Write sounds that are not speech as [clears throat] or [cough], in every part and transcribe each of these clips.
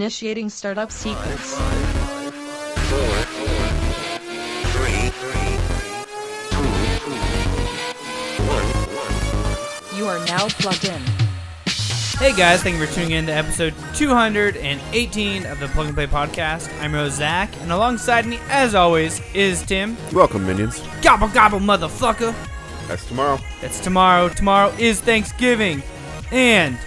Initiating startup sequence. four, three, two, one. You are now plugged in. Hey guys, thank you for tuning in to episode 218 of the Plug and Play podcast. I'm Rose Zach, and alongside me, as always, is Tim. Welcome, minions. Gobble gobble, motherfucker. That's tomorrow. That's tomorrow. Tomorrow is Thanksgiving, and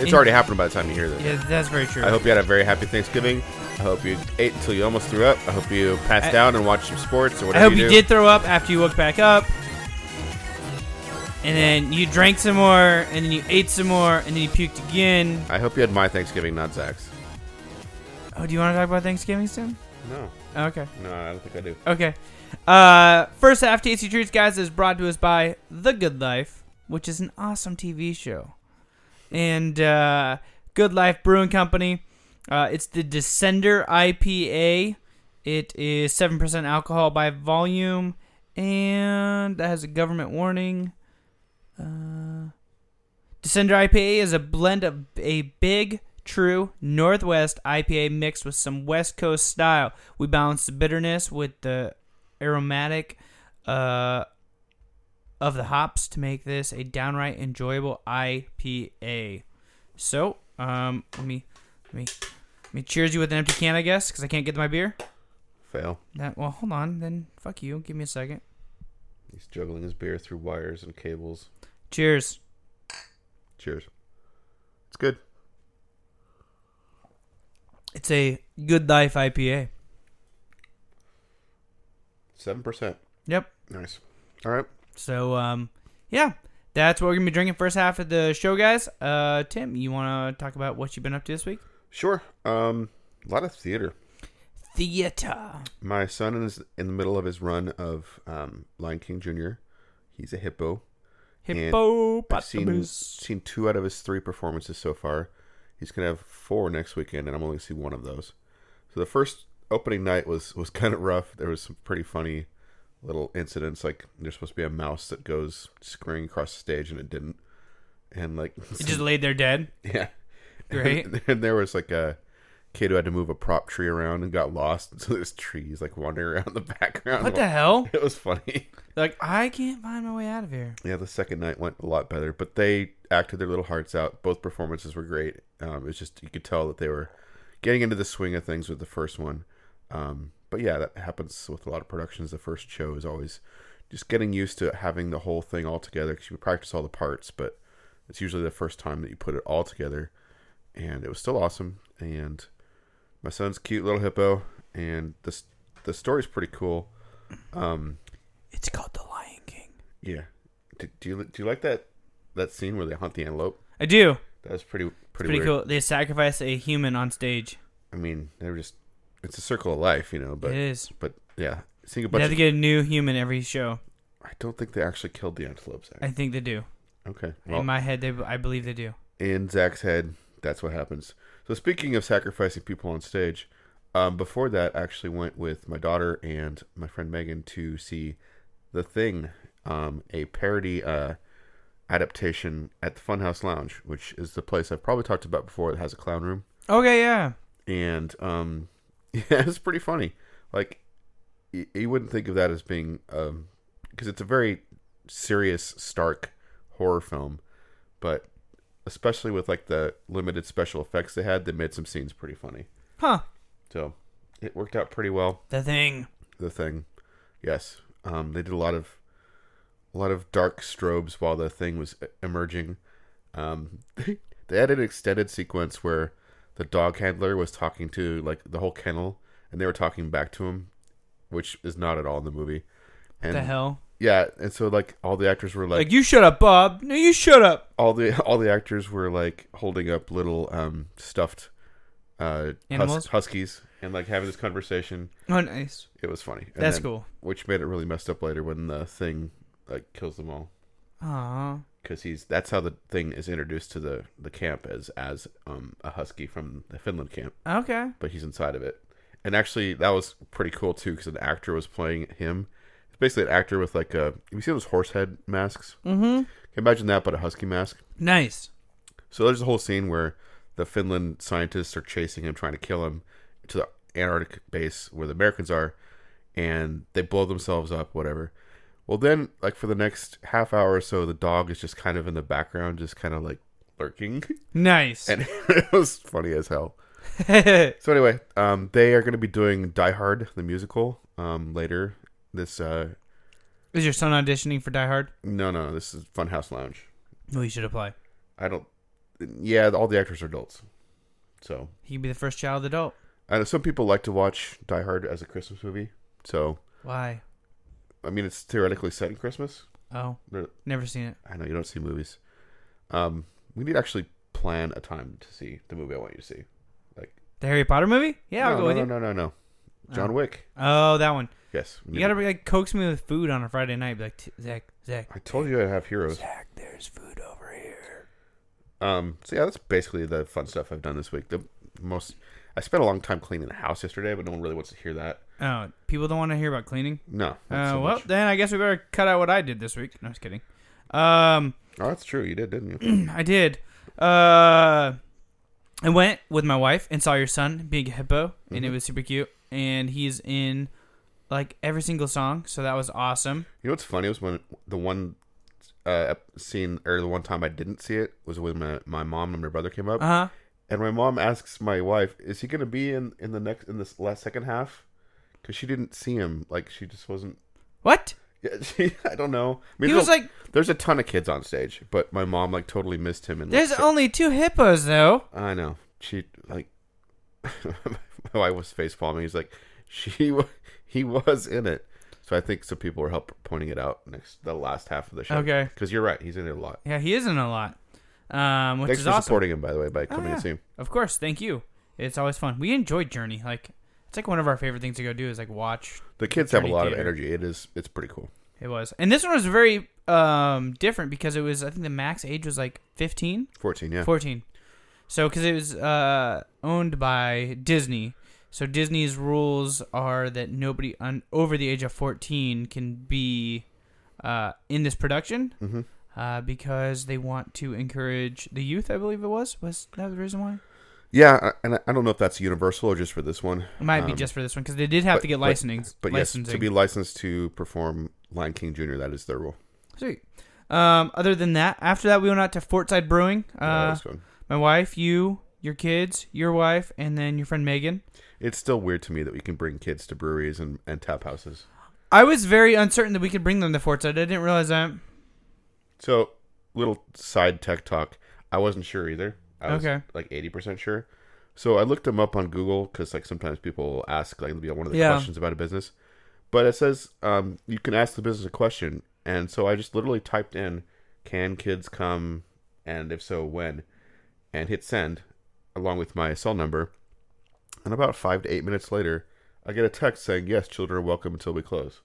It's already happened by the time you hear this. yeah, that's very true. I hope you had a very happy Thanksgiving. I hope you ate until you almost threw up. I hope you passed I- out and watched some sports or I whatever hope do. you, did throw up after you woke back up, and then you drank some more, and then you ate some more, and then you puked again. I hope you had my Thanksgiving, not Zach's. Oh, do you want to talk about Thanksgiving, Tim? Oh, No, Okay. no, I don't think I do. Okay. Uh, first half Tasty Treats, guys, is brought to us by The Good Life, which is an awesome TV show. And uh, Good Life Brewing Company. Uh, it's the Descender IPA. It is 7% alcohol by volume, and that has a government warning. Uh, Descender IPA is a blend of a big, true Northwest IPA mixed with some West Coast style. We balance the bitterness with the aromatic uh, of the hops to make this a downright enjoyable IPA. So, um, let me let me let me cheers you with an empty can, I guess, because I can't get to my beer. Fail. That, well, hold on, then fuck you. Give me a second. He's juggling his beer through wires and cables. Cheers. Cheers. It's good. It's a good life IPA. Seven percent. Yep. Nice. All right. So um, yeah, that's what we're gonna be drinking first half of the show, guys. Uh, Tim, you wanna talk about what you've been up to this week? Sure. Um, a lot of theater. Theater. My son is in the middle of his run of um, Lion King Jr. He's a hippo. I've seen, Hippopotamus. seen two out of his three performances so far. He's gonna have four next weekend, and I'm only gonna see one of those. So the first opening night was was [laughs] kind of rough. There was some pretty funny little incidents, like there's supposed to be a mouse that goes scurrying across the stage, and it didn't. And like, It just laid there dead. [laughs] yeah, Great. [laughs] And, there was like a kid who had to move a prop tree around and got lost. [laughs] So there's trees like wandering around the background. What the hell? [laughs] It was funny. Like I can't find my way out of here. Yeah, the second night went a lot better, but they acted their little hearts out. Both performances were great. Um, it's just you could tell that they were getting into the swing of things with the first one. Um, but yeah, that happens with a lot of productions. The first show is always just getting used to having the whole thing all together because you practice all the parts, but it's usually the first time that you put it all together. And it was still awesome. And my son's cute little hippo, and this the story's pretty cool. Um, It's called the Lion King. yeah. Do, do you do you like that that scene where they hunt the antelope? I do. That was pretty pretty, Pretty weird. cool. They sacrifice a human on stage. I mean, they were just it's a circle of life, you know. But it is. but yeah, seeing a They bunch. have Of, to get a new human every show. I don't think they actually killed the antelopes. I think they do. okay. Well, In my head, they I believe they do. in Zach's head, that's what happens. So speaking of sacrificing people on stage, um, before that, I actually went with my daughter and my friend Megan to see The Thing, um, a parody uh, adaptation at the Funhouse Lounge, which is the place I've probably talked about before that has a clown room. Okay, yeah. and um, [laughs] yeah, it's pretty funny. Like y- you wouldn't think of that as being um, because it's a very serious, stark horror film, but especially with like the limited special effects they had, they made some scenes pretty funny. Huh. So it worked out pretty well. The thing. The thing, yes, um, they did a lot of a lot of dark strobes while the thing was e-, emerging. Um, [laughs] they had an extended sequence where the dog handler was talking to like the whole kennel, and they were talking back to him, which is not at all in the movie. And the hell. yeah, and so like all the actors were like, Like you shut up, Bob. No, you shut up. all the [laughs] all the actors were like holding up little um stuffed uh hus- Animals? huskies and like having this conversation. Oh, nice. It was funny. And That's then- cool. Which made it really messed up later when the thing like kills them all. Aw. because he's that's how the thing is introduced to the the camp as as um a husky from the Finland camp, Okay. but he's inside of it. And actually, that was pretty cool too because an actor was playing him. It's basically an actor with like a have you seen those horse head masks? Mm-hmm. Can you imagine that, but a husky mask. Nice. So there's a whole scene where the Finland scientists are chasing him, trying to kill him to the Antarctic base where the Americans are, and they blow themselves up, whatever. Well, then, like for the next half hour or so, the dog is just kind of in the background, just kind of like lurking, [laughs] Nice. and it was funny as hell. So anyway, um, they are going to be doing Die Hard the musical um, later. This uh, [laughs] Is your son auditioning for Die Hard? no, no, this is Funhouse Lounge. No, he should apply. I don't. Yeah, all the actors are adults, so He can be the first child adult. I know some people like to watch Die Hard as a Christmas movie. So Why? I mean, it's theoretically set in Christmas. Oh, They're- never seen it. I know you don't see movies. Um, we need to actually plan a time to see the movie I want you to see. Like, The Harry Potter movie? Yeah, I'll no, go no, with no, you. no, no, no, John Wick. Oh, that one. Yes, we You need gotta to- like coax me with food on a Friday night. Be like, "T- Zach, Zach, I told you I have heroes. Zach, there's food over here. Um, so yeah, that's basically the fun stuff I've done this week. The most I spent a long time cleaning the house yesterday, but no one really wants to hear that. Oh, people don't want to hear about cleaning. No, Uh, not so well, much. then I guess we better cut out what I did this week. No, just kidding. Um, oh, that's true. You did, didn't [clears throat] you? I did. Uh, I went with my wife and saw your son being a hippo, and Mm-hmm. it was super cute. And he's in like every single song, so that was awesome. You know what's funny was when the one uh, scene or the one time I didn't see it was when my, my mom and my brother came up, Uh huh. and my mom asks my wife, "Is he going to be in in the next in this last second half?" Because she didn't see him. Like she just wasn't. What? Yeah, [laughs] she, I don't know. I mean, He was there's a- like- there's a ton of kids on stage, but my mom like totally missed him. And There's only two hippos though. I know she like [laughs] my wife was face palming. He's like, she [laughs] wa- he was in it. So I think some people were help pointing it out next the last half of the show. Okay. because you're right. He's in it a lot. Yeah, he is in a lot. Um, which Thanks is for awesome. Oh, supporting him, by the way, by coming yeah. to see him. Of course, thank you. It's always fun. We enjoy Journey. Like it's like one of our favorite things to go do is like watch. The kids have a Journey lot of Theater. energy. It is it's pretty cool. It was, and this one was very um different because it was I think the max age was like 15, Fourteen, yeah. 14. So because it was uh owned by Disney, so Disney's rules are that nobody un- over the age of fourteen can be uh in this production. Mhm. Uh, because they want to encourage the youth, I believe it was. Was that the reason why? Yeah, I- and I- I don't know if that's universal or just for this one. It might be Um, just for this one because they did have but- to get but- licensing. But yes, to licensing. be licensed to perform Lion King Jr. That is their rule. Sweet. Um, other than that, after that, we went out to Fortside Brewing. Uh, Uh, that's good. my wife, you, your kids, your wife, and then your friend Megan. It's still weird to me that we can bring kids to breweries and, and tap houses. I was very uncertain that we could bring them to Fortside. I didn't realize that. So, little side tech talk. I wasn't sure either. I was Okay. like eighty percent sure. So I looked them up on Google because like sometimes people will ask like it'll be one of the Yeah. questions about a business. But it says um, you can ask the business a question, and so I just literally typed in "Can kids come?" and if so, when, and hit send along with my cell number. And about five to eight minutes later, I get a text saying, "Yes, children are welcome until we close."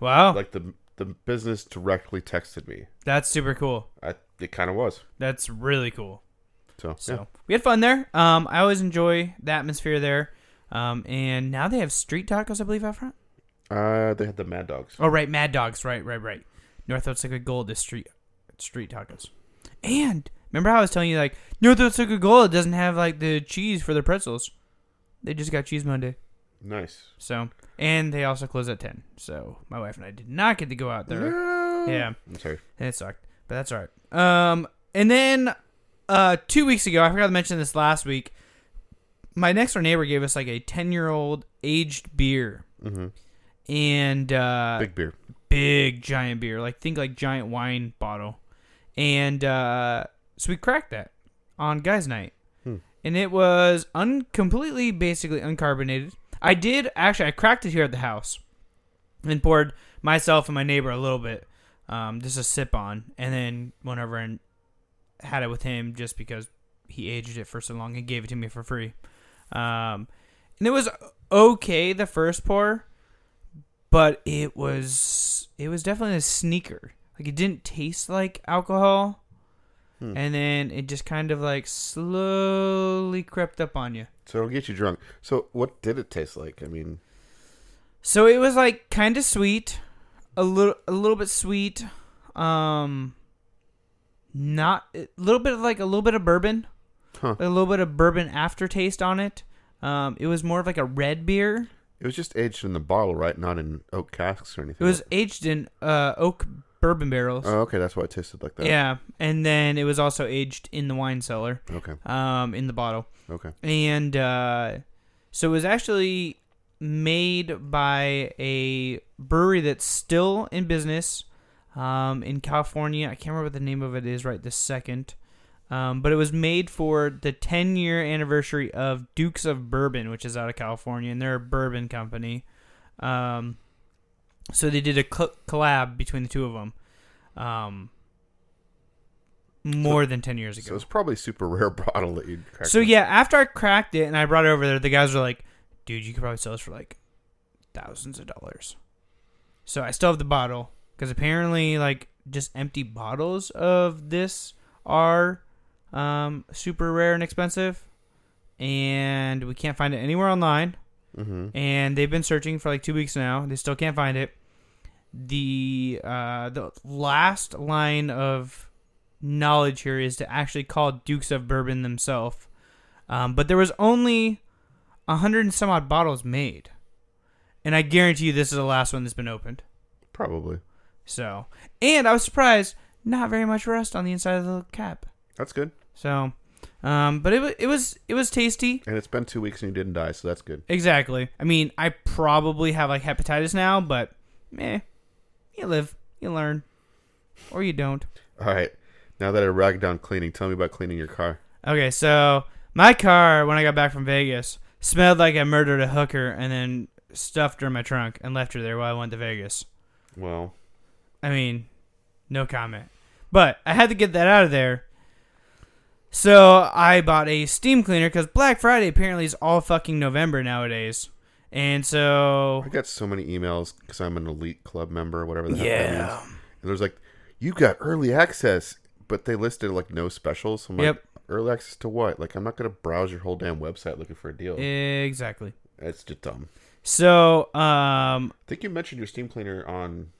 Wow, Like the the business directly texted me. that's super cool. I, it kind of was. That's really cool. So, So yeah. we had fun there. Um, I always enjoy the atmosphere there. Um, and now they have street tacos, I believe, out front. Uh, they had the Mad Dogs. Oh right, Mad Dogs. Right, right, right. North Otsego Gold is street street tacos. And remember how I was telling you like North Otsego Gold doesn't have like the cheese for their pretzels. They just got cheese Monday. Nice. So and they also close at ten. So my wife and I did not get to go out there. Yeah. I'm sorry. And it sucked, but that's all right. Um, and then uh, two weeks ago, I forgot to mention this last week. My next door neighbor gave us like a ten year old aged beer, Mhm. and uh, Big beer. big giant beer, like think like giant wine bottle, and uh, so we cracked that on guys' night, Hmm. and it was un completely basically uncarbonated. I did actually I cracked it here at the house, and poured myself and my neighbor a little bit, um, just a sip on, and then went over and had it with him just because he aged it for so long and gave it to me for free. Um, and it was okay the first pour, but it was it was definitely a sneaker. Like it didn't taste like alcohol, Hmm. and then it just kind of like slowly crept up on you. So it'll get you drunk. So what did it taste like? I mean, So it was like kind of sweet, a little a little bit sweet, um, not a little bit of like a little bit of bourbon, Huh. a little bit of bourbon aftertaste on it. Um, it was more of like a red beer. It was just aged in the bottle, right? Not in oak casks or It anything. was aged in uh, oak bourbon barrels. Oh, okay. That's why it tasted like that. yeah, and then it was also aged in the wine cellar, Okay. um, in the bottle, Okay. and uh, so it was actually made by a brewery that's still in business um, in California. I can't remember what the name of it is right this second. Um, but it was made for the 10 year anniversary of Dukes of Bourbon, which is out of California, and they're a bourbon company. Um, so they did a cl- collab between the two of them um, more than 10 years ago. So it's probably super [laughs] rare bottle that you cracked. So open. yeah, after I cracked it and I brought it over there, the guys were like, "Dude, you could probably sell this for like thousands of dollars." So I still have the bottle because apparently, like, just empty bottles of this are um, super rare and expensive, and we can't find it anywhere online. Mm-hmm. And they've been searching for like two weeks now. They still can't find it. The uh, the last line of knowledge here is to actually call Dukes of Bourbon themselves. Um, but there was only a hundred and some odd bottles made, and I guarantee you this is the last one that's been opened. Probably. So, and I was surprised, not very much rust on the inside of the cap. That's good. So, um, but it was it was it was tasty. And it's been two weeks and you didn't die, so that's good. Exactly. I mean, I probably have like hepatitis now, but meh, you live, you learn, or you don't. All right. Now that I ragged down cleaning, tell me about cleaning your car. Okay, so my car when I got back from Vegas smelled like I murdered a hooker and then stuffed her in my trunk and left her there while I went to Vegas. Well, I mean, no comment. But I had to get that out of there. So I bought a steam cleaner because Black Friday apparently is all fucking November nowadays. And so I got so many emails because I'm an elite club member, or whatever the heck that Yeah. means. And there's like, you got early access, but they listed like no specials. So I'm like, Yep. early access to what? Like, I'm not gonna browse your whole damn website looking for a deal. exactly. That's just dumb. So um I think you mentioned your steam cleaner on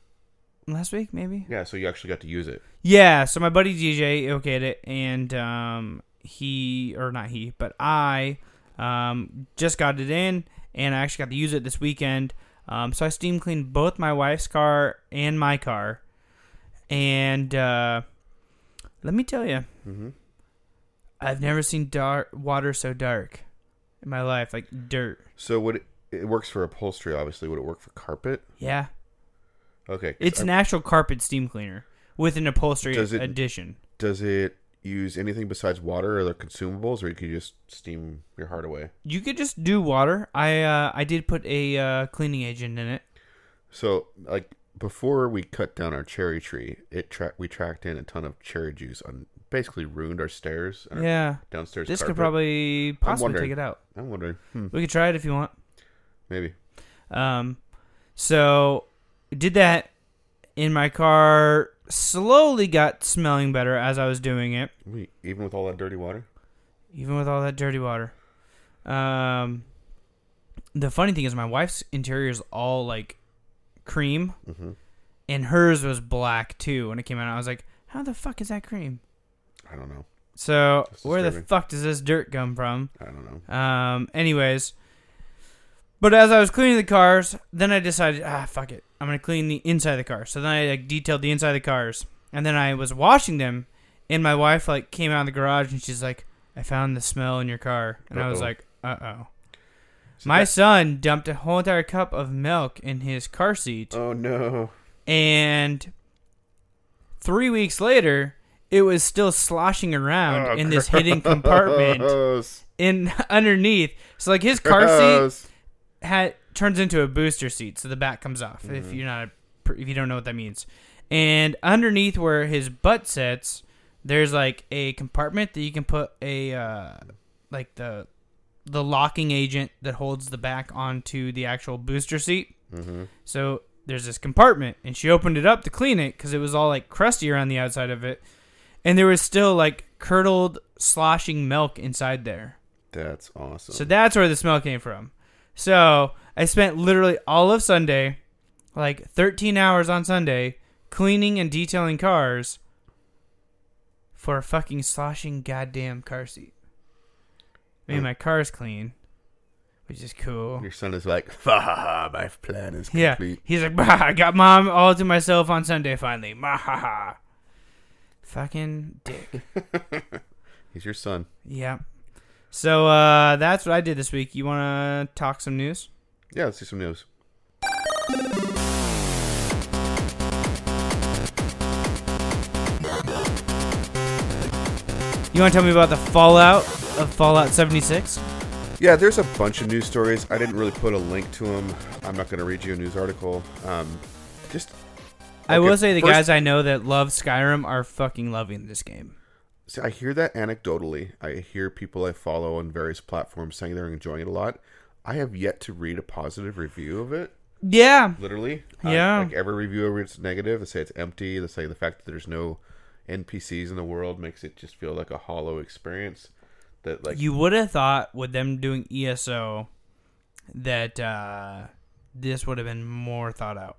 last week maybe? yeah, so you actually got to use it. Yeah, so my buddy DJ okayed it, and um, he or not he, but I um, just got it in, and I actually got to use it this weekend. Um, so I steam cleaned both my wife's car and my car, and uh, let me tell you, Mm-hmm. I've never seen dark water so dark in my life, like dirt. So would it, it works for upholstery? Obviously, would it work for carpet? Yeah, Okay, 'cause it's I- an actual carpet steam cleaner with an upholstery Uh, Does it- addition. Does it use anything besides water? Are there consumables, or you could just steam your heart away? You could just do water. I uh, I did put a uh, cleaning agent in it. So, like before we cut down our cherry tree, it tra- we tracked in a ton of cherry juice and basically ruined our stairs and our Yeah, downstairs. this carpet. could probably possibly wondering. take it out. I'm wondering. Hmm, We could try it if you want. maybe. Um, so did that in my car. Slowly got smelling better as I was doing it, We, even with all that dirty water. even with all that dirty water. Um, the funny thing is, my wife's interior is all like cream, Mm-hmm. and hers was black too. When it came out, I was like, "How the fuck is that cream?" I don't know. So That's where the disturbing. fuck does this dirt come from? I don't know. Um, anyways, but as I was cleaning the cars, then I decided, ah, fuck it, I'm gonna clean the inside of the car. So then I like detailed the inside of the cars, and then I was washing them, and my wife like came out of the garage and she's like, I found the smell in your car, and I was Uh-oh. like, uh [laughs] oh. So My that- son dumped a whole entire cup of milk in his car seat. oh no. And three weeks later, it was still sloshing Oh, around in this [laughs] hidden compartment Gross. in [laughs] underneath. So like his car seat Gross. had turns into a booster seat, so the back comes off. If you're not, if you don't know what that means, and underneath where his butt sits, there's like a compartment that you can put a uh, like the the locking agent that holds the back onto the actual booster seat. So there's this compartment, and she opened it up to clean it because it was all like crusty around the outside of it, and there was still like curdled, sloshing milk inside there. That's awesome. So that's where the smell came from. So I spent literally all of Sunday, like 13 hours on Sunday, cleaning and detailing cars for a fucking sloshing goddamn car seat. I mean, my car's clean, which is cool. Your son is like, [laughs] ha ha ha, my plan is Yeah, complete. he's like, "Bah, I got mom all to myself on Sunday finally. Bah, ha, ha. Fucking dick. He's your son. yeah. So uh, that's what I did this week. You want to talk some news? Yeah, let's see some news. You want to tell me about the fallout of Fallout 76? Yeah, there's a bunch of news stories. I didn't really put a link to them. I'm not going to read you a news article. Um, just I Okay, will say the first- guys I know that love Skyrim are fucking loving this game. See, I hear that anecdotally. I hear people I follow on various platforms saying they're enjoying it a lot. I have yet to read a positive review of it. Yeah. Literally, Yeah. I, like every review I read is negative. They say it's empty. They say the fact that there's no NPCs in the world makes it just feel like a hollow experience. That like You would have thought with them doing ESO that uh, this would have been more thought out.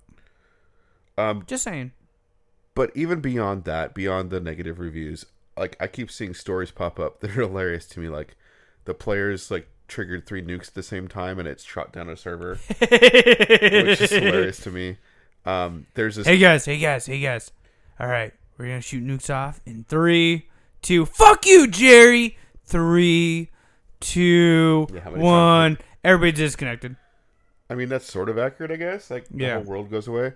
Um, [laughs] Just saying. [laughs] but even beyond that, beyond the negative reviews, like I keep seeing stories pop up [laughs] that are hilarious to me. Like the players like triggered three nukes at the same time and it shot down a server, which [laughs] is hilarious to me. Um, there's this Hey guys, hey guys, hey guys. All right, we're gonna shoot nukes off in three, two. Fuck you, Jerry. Three, two, Yeah, how many one. Everybody disconnected. I mean, that's sort of accurate, I guess. Like the Yeah. whole world goes away,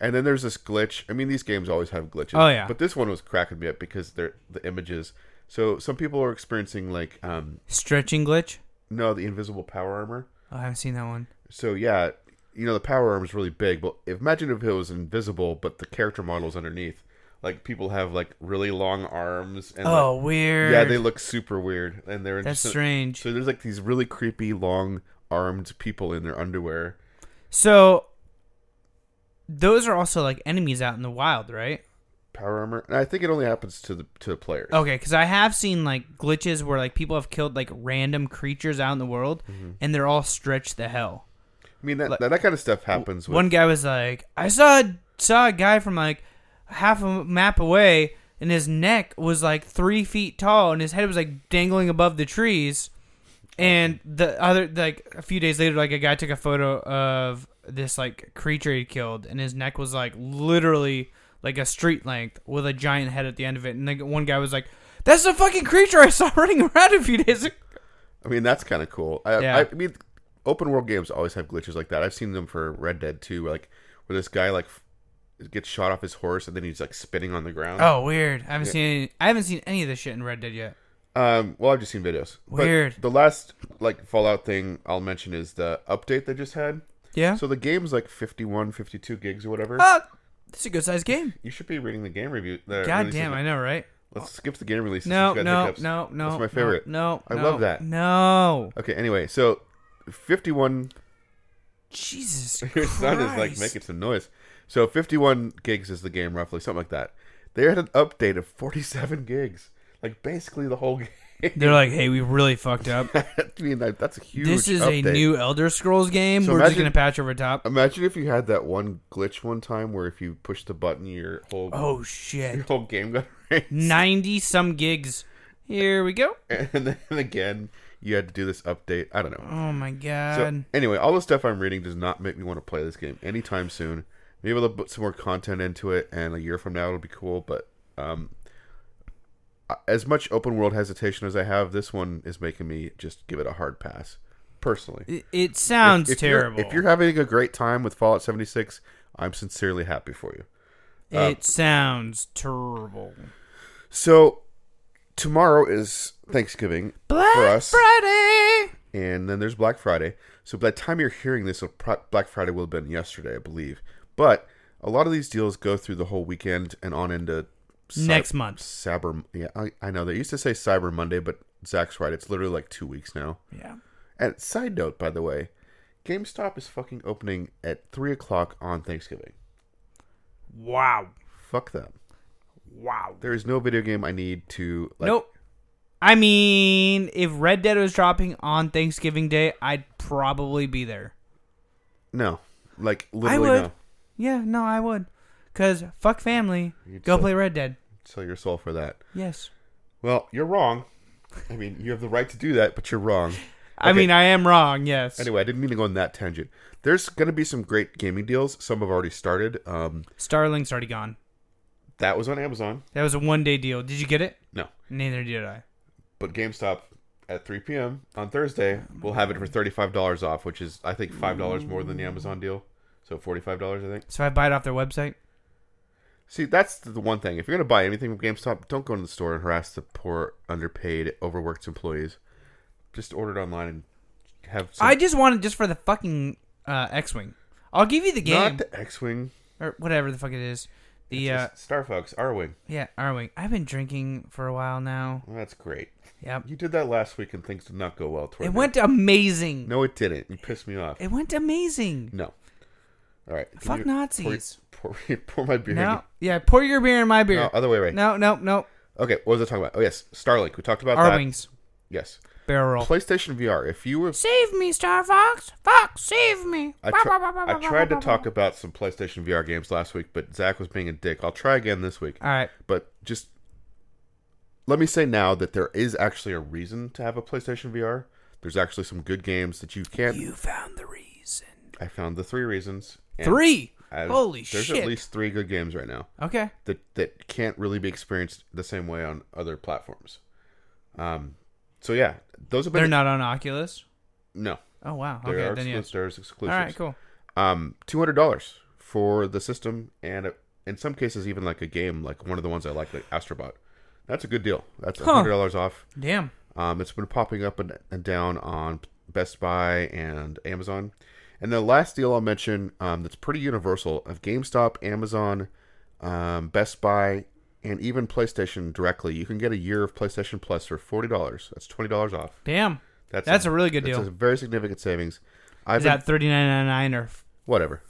and then there's this glitch. I mean, these games always have glitches. Oh, yeah. But this one was cracking me up because they're the images. So some people are experiencing like um Stretching glitch. no the invisible power armor. Oh, I haven't seen that one. So yeah, you know the power armor is really big, but imagine if it was invisible, but the character model's underneath. Like people have like really long arms and like, Oh, weird. yeah, they look super weird, and they're That's just- strange. So there's like these really creepy long armed people in their underwear. So those are also like enemies out in the wild, right? power armor. And I think it only happens to the to the players. Okay, because I have seen like glitches where like people have killed like random creatures out in the world, Mm-hmm. and they're all stretched the hell. I mean that Like- that, kind of stuff happens. With, One guy was like, I saw saw a guy from like half a map away, and his neck was like three feet tall, and his head was like dangling above the trees. And the other like a few days later, like a guy took a photo of this like creature he killed, and his neck was like literally like a street length with a giant head at the end of it. And like one guy was like, "That's the fucking creature I [laughs] saw running around a few days ago." I mean that's kind of cool. I, Yeah. I, I mean, open world games always have glitches like that. I've seen them for Red Dead too, like where this guy like f- gets shot off his horse and then he's like spinning on the ground. Oh, weird. I haven't seen any, I haven't seen any of this shit in Red Dead yet. Um, well, I've just seen videos. But Weird. the last like Fallout thing I'll mention is the update they just had. Yeah. So the game's like 51, 52 gigs or whatever. Oh, this is a good sized game. You should be reading the game review. The God releases. damn, I know, right? Let's skip the game releases. No, if you got no, hiccups. no, no. That's my no, favorite. No, I no, love that. No, Okay, anyway, so 51 [laughs] Jesus your Christ! son is like making some noise. So 51 gigs is the game roughly, something like that. They had an update of 47 gigs. Like basically the whole [laughs] game. They're like, hey, we really fucked up. I mean, that, that's a [laughs] huge this is update. a new Elder Scrolls game. So We're just imagine- gonna patch over top. Imagine if you had that one glitch one time where if you push the button your whole Oh your shit! whole game got [laughs] erased. Ninety some gigs. Here we go. and then again you had to do this update. I don't know. Oh my So, god. anyway, all the stuff I'm reading does not make me want to play this game anytime soon. Maybe they'll put some more content into it, and a year from now it'll be cool. But um, as much open world hesitation as I have, this one is making me just give it a hard pass, personally. it, it sounds If you're- terrible. if you're having a great time with Fallout 76, I'm sincerely happy for you. uh, it sounds terrible. So tomorrow is Thanksgiving Black for us. Friday. and then there's Black Friday. So by the time you're hearing this, it'll pro- Black Friday will have been yesterday, I believe. But a lot of these deals go through the whole weekend and on into Cy- Next month. Cyber, yeah, I, I know they used to say Cyber Monday, but Zach's right. It's literally like two weeks now. Yeah. And side note, by the way, GameStop is fucking opening at three o'clock on Thanksgiving. Wow. Fuck them. Wow. There is no video game I need to. Like, nope. I mean, if Red Dead was dropping on Thanksgiving Day, I'd probably be there. No. Like literally, would. no. Yeah, no, I would. Cause fuck family, You'd go say- play Red Dead. Sell your soul for that. Yes. Well, you're wrong. I mean, you have the right to do that, but you're wrong. I Okay. mean, I am wrong. Yes. Anyway, I didn't mean to go on that tangent. There's going to be some great gaming deals. Some have already started. Um, Starlink's already gone. that was on Amazon. That was a one day deal. Did you get it? No, Neither did I. but GameStop at 3 p.m. on Thursday will have it for thirty-five dollars off, which is I think five dollars more than the Amazon deal. So forty-five dollars, I think. So I buy it off their website. See, that's the one thing. If you're going to buy anything from GameStop, don't go into the store and harass the poor, underpaid, overworked employees. Just order it online and have. Some, I just want it just for the fucking uh, X-wing. I'll give you the game not the X-wing. or whatever the fuck it is. The Yeah, uh, Star Fox, our wing. yeah, R-wing. I've been drinking for a while now. Well, that's great. Yep. You did that last week, and things did not go well. Toward It me. went amazing. No, it didn't. You pissed me off. It went amazing. No. All right. can Fuck you Nazis. Pour, pour, [laughs] pour my beer. No. Yeah, pour your beer in my beer. No, other way, right? No, no, no. Okay, what was I talking about? Oh yes, Starlink. We talked about Our that. wings. Yes. Barrel roll. PlayStation VR. If you were Save me, Star Fox. Fox, save me. I, Bah, tr- bah, bah, bah, I bah, bah, tried to bah, talk bah. about some PlayStation VR games last week, but Zach was being a dick. I'll try again this week. All right. But just let me say now that there is actually a reason to have a PlayStation VR. There's actually some good games that you can't. You found the reason. I found the three reasons. and Three. I- Holy there's shit. at least three good games right now okay. that that can't really be experienced the same way on other platforms. Um, so yeah, those have been They're not on Oculus. no. Oh wow. There okay. are Then yes. exclus- there's All exclusives. right. Cool. Um, two hundred dollars for the system, and a, in some cases even like a game, like one of the ones I like, like Astrobot. That's a good deal. That's Huh. hundred dollars off. Damn. Um, it's been popping up and, and down on Best Buy and Amazon. And the last deal I'll mention um, that's pretty universal of GameStop, Amazon, um, Best Buy, and even PlayStation directly. You can get a year of PlayStation Plus for forty dollars. That's twenty dollars off. Damn. That's a really good that's deal. a very significant savings. I've Is been- that thirty nine ninety nine or f- whatever.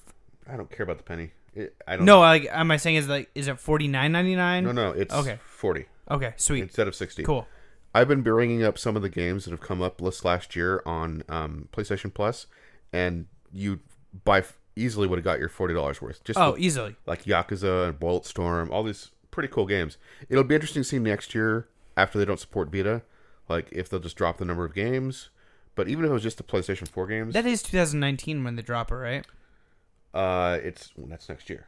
I don't care about the penny. It, I don't. no? Like, am I saying is like is it forty nine ninety nine? no, no. It's Okay. forty Okay. Sweet. instead of sixty. Cool. I've been bringing up some of the games that have come up this last year on um, PlayStation Plus, and you by f- easily would have got your forty dollars worth. Just Oh, with, easily. like Yakuza and Bulletstorm, all these pretty cool games. It'll be interesting to see next year after they don't support Vita, like if they'll just drop the number of games. But even if it was just the PlayStation Four games, That is 2019 when the dropper, right? uh, it's well, that's next year.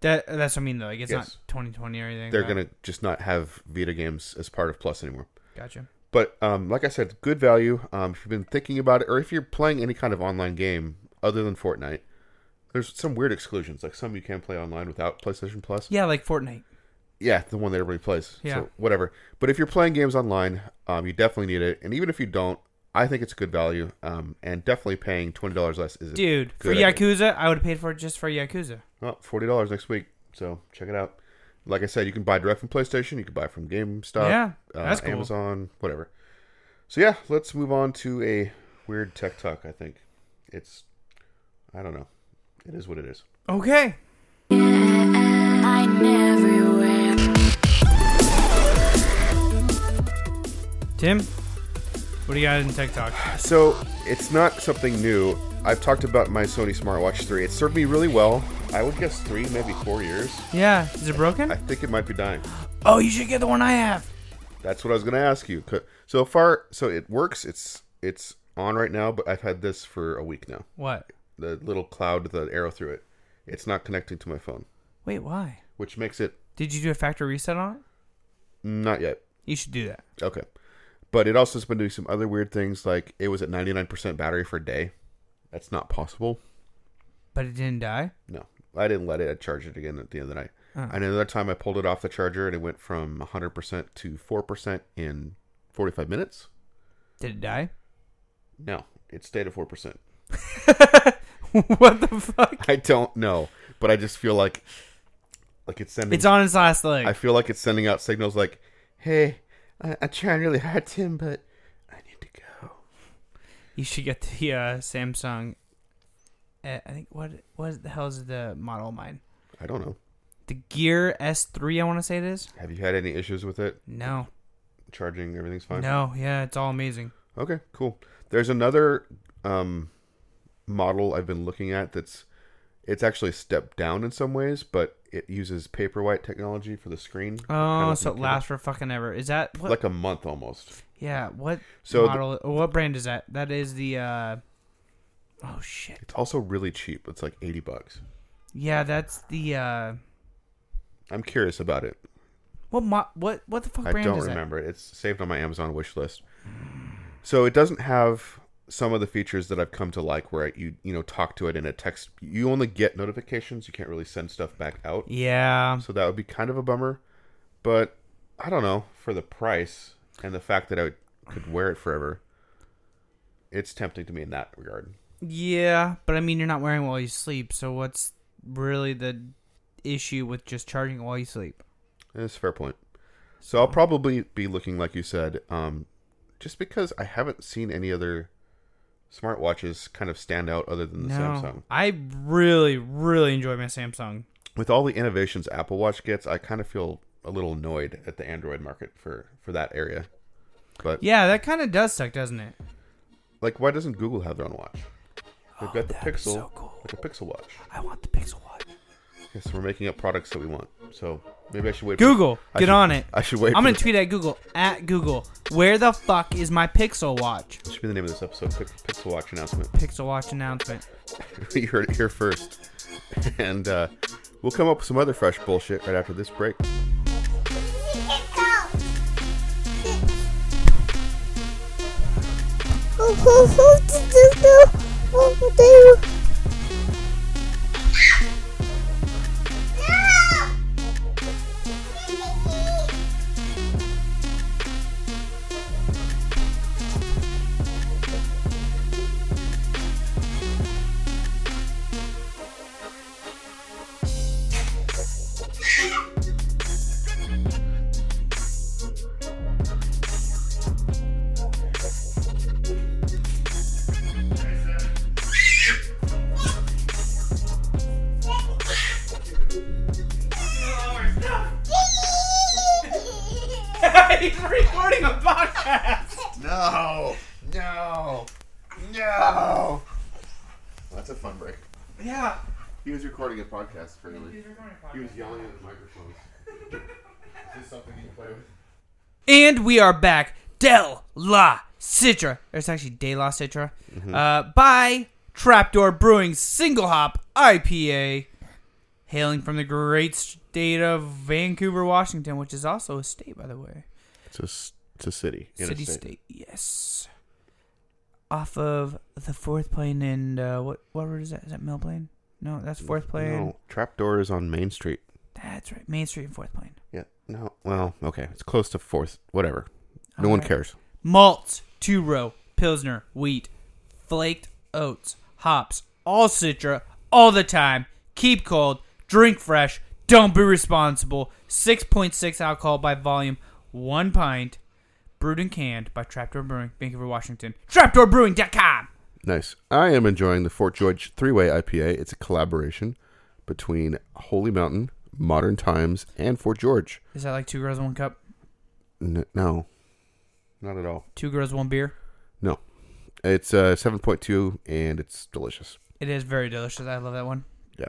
That that's what I mean though. Like it's Yes. not 2020 or anything. They're like that. gonna just not have Vita games as part of Plus anymore. Gotcha. But um, like I said, good value. Um, if you've been thinking about it, or if you're playing any kind of online game other than Fortnite, there's some weird exclusions. Like some you can play online without PlayStation Plus. Yeah, like Fortnite. Yeah, the one that everybody plays. Yeah. So whatever. But if you're playing games online, um, you definitely need it. And even if you don't, I think it's good value. Um, and definitely paying twenty dollars less is a Dude, for good idea. Yakuza, I would have paid for it just for Yakuza. Well, Oh, forty dollars next week. So check it out. Like I said, you can buy direct from PlayStation. You can buy from GameStop. uh, Yeah, that's cool. Amazon, whatever. So yeah, let's move on to a weird tech talk. I think it's, I don't know, it is what it is. Okay. Tim, what do you got in Tech Talk? So it's not something new. I've talked about my Sony Smartwatch Three. It served me really well. I would guess three, maybe four years. Yeah, is it broken? I think it might be dying. oh, you should get the one I have. That's what I was going to ask you. Co- So far, so it works. It's it's on right now, but I've had this for a week now. What? the little cloud with the arrow through it. It's not connecting to my phone, Wait, why? which makes it Did you do a factory reset on it? not yet. You should do that. Okay. But it also has been doing some other weird things like it was at 99% battery for a day. That's not possible. But it didn't die. No. I didn't let it. I charged it again at the end of the night. And another time I pulled it off the charger and it went from 100% to 4% in 45 minutes. Did it die? [laughs] No, it stayed at 4%. what the fuck? [laughs] I don't know, but I just feel like like it's sending It's on its last leg. I feel like it's sending out signals like, "Hey, I, I'm trying really hard, Tim, but I need to go." You should get the uh, Samsung. Uh, I think what what the hell is the model of mine? I don't know. The Gear S3, I want to say it is. Have you had any issues with it No, charging? Everything's fine. no, yeah, it's all amazing. Okay, cool. There's another um, model I've been looking at that's It's actually a step down in some ways, but it uses paperwhite technology for the screen. Kind Oh, of so it like- lasts for fucking ever. Is that what? like a month almost. yeah. What So the- model? or what brand is that? That is the. uh Oh shit. It's also really cheap. It's like eighty bucks. Yeah, that's the. uh I'm curious about it. What mo- What what the fuck I brand don't is that? remember it. It's saved on my Amazon wish list. So it doesn't have some of the features that I've come to like, where you you know talk to it in a text. You only get notifications. You can't really send stuff back out. Yeah. So that would be kind of a bummer. But I don't know for the price and the fact that I would- could wear it forever. It's tempting to me in that regard. Yeah, but I mean, you're not wearing it while you sleep. So what's really the issue with just charging it while you sleep? That's a fair point. So I'll probably be looking, like you said, um, just because I haven't seen any other smartwatches kind of stand out other than the Samsung. I really, really enjoy my Samsung. With all the innovations Apple Watch gets, I kind of feel a little annoyed at the Android market for for that area. But Yeah, that kind of does suck, doesn't it? like, why doesn't Google have their own watch? They've got the Pixel, Oh, so cool. like a Pixel watch. I want the Pixel Watch. Okay, so we're making up products that we want. So maybe I should wait. Google, I get should- on it. [laughs] I should wait. I'm for gonna this- tweet at Google at Google. Where the fuck is my Pixel Watch? Should be the name of this episode. Quick Pixel Watch announcement. Pixel Watch announcement. [laughs] you heard it here first. And uh, we'll come up with some other fresh bullshit right after this break. No! He's recording a podcast. No! No! No! That's a fun break. Yeah. He was recording a podcast, apparently. He was yelling at the microphones. Is this something you play with? And we are back. Del La Citra. It's actually De La Citra. Mm-hmm. Uh, by Trapdoor Brewing Single Hop IPA. Hailing from the great state of Vancouver, Washington, which is also a state, by the way. It's a, s- it's a city. in a City state. yes. Off of the fourth plane and uh, what what road is that? Is that Mill Plain? No, that's fourth plane. No, Trapdoor is on Main Street. That's right, Main Street and fourth plane. Yeah. No. Well, okay. It's close to fourth. Whatever. No one Alright. cares. malts, two row, pilsner, wheat, flaked oats, hops, all citra, all the time. Keep cold, drink fresh, don't be responsible. 6.6 alcohol by volume, one pint. Brewed and canned by Trapdoor Brewing, Vancouver, Washington. TrapdoorBrewing.com. Nice. I am enjoying the Fort George Three Way IPA. It's a collaboration between Holy Mountain, Modern Times, and Fort George. Is that like two girls, one cup? N- no, not at all. Two girls, one beer? No, it's uh, seven point two, and it's delicious. It is very delicious. I love that one. Yeah,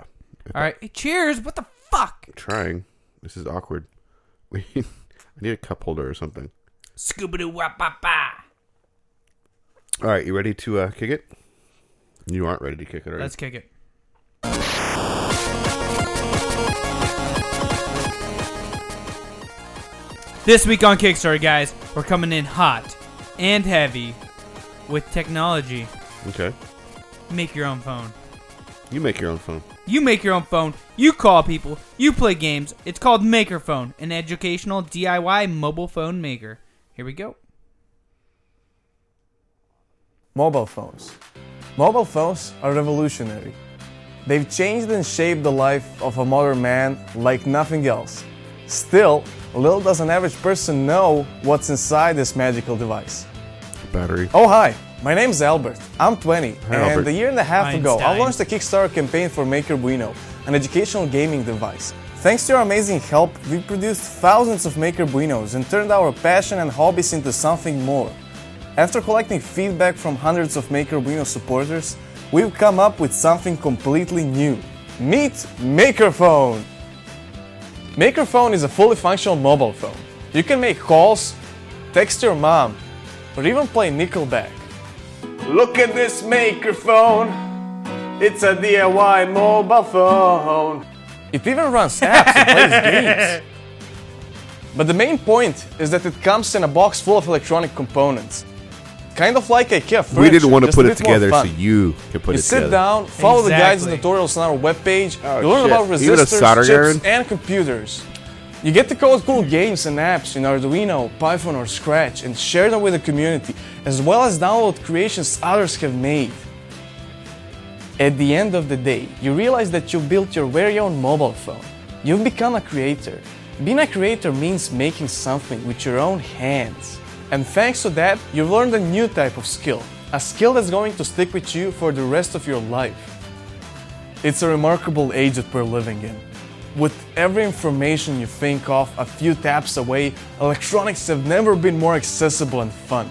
All right. Hey, cheers. What the fuck? trying. This is awkward. [laughs] We, I need a cup holder or something. Scooby doo wop wop wop. All right, you ready to uh, kick it? You aren't ready to kick it, are you? Let's kick it. This week on Kickstarter, guys, we're coming in hot and heavy with technology. Okay. Make your own phone. You make your own phone. You make your own phone. You call people. You play games. It's called Maker Phone, an educational DIY mobile phone maker. Here we go. mobile phones. Mobile phones are revolutionary. They've changed and shaped the life of a modern man like nothing else. Still, little does an average person know what's inside this magical device. Battery. Oh, hi. My name's Albert. I'm 20. and Albert. a year and a half ago, I Einstein. launched a Kickstarter campaign for Maker Bueno, an educational gaming device. Thanks to your amazing help, we produced thousands of Maker Buenos and turned our passion and hobbies into something more. After collecting feedback from hundreds of Maker Bueno supporters, we've come up with something completely new Meet Makerphone. Makerphone is a fully functional mobile phone. You can make calls, text your mom, or even play Nickelback. Look at this Makerphone. It's a DIY mobile phone. It even runs apps and plays [laughs] games. But the main point is that it comes in a box full of electronic components. Kind of like IKEA furniture. We didn't want to just put a it bit more together so fun. you could put You it sit together. down, follow the Exactly. guides and tutorials on our webpage. Oh, you learn shit. about Even a resistors, solder chips, iron? and computers. You get to code cool games and apps in Arduino, Python, or Scratch and share them with the community, as well as download creations others have made. At the end of the day, you realize that you built your very own mobile phone. You've become a creator. Being a creator means making something with your own hands. And thanks to that, you've learned a new type of skill, a skill that's going to stick with you for the rest of your life. It's a remarkable age that we're living in. With every information you think of a few taps away, electronics have never been more accessible and fun.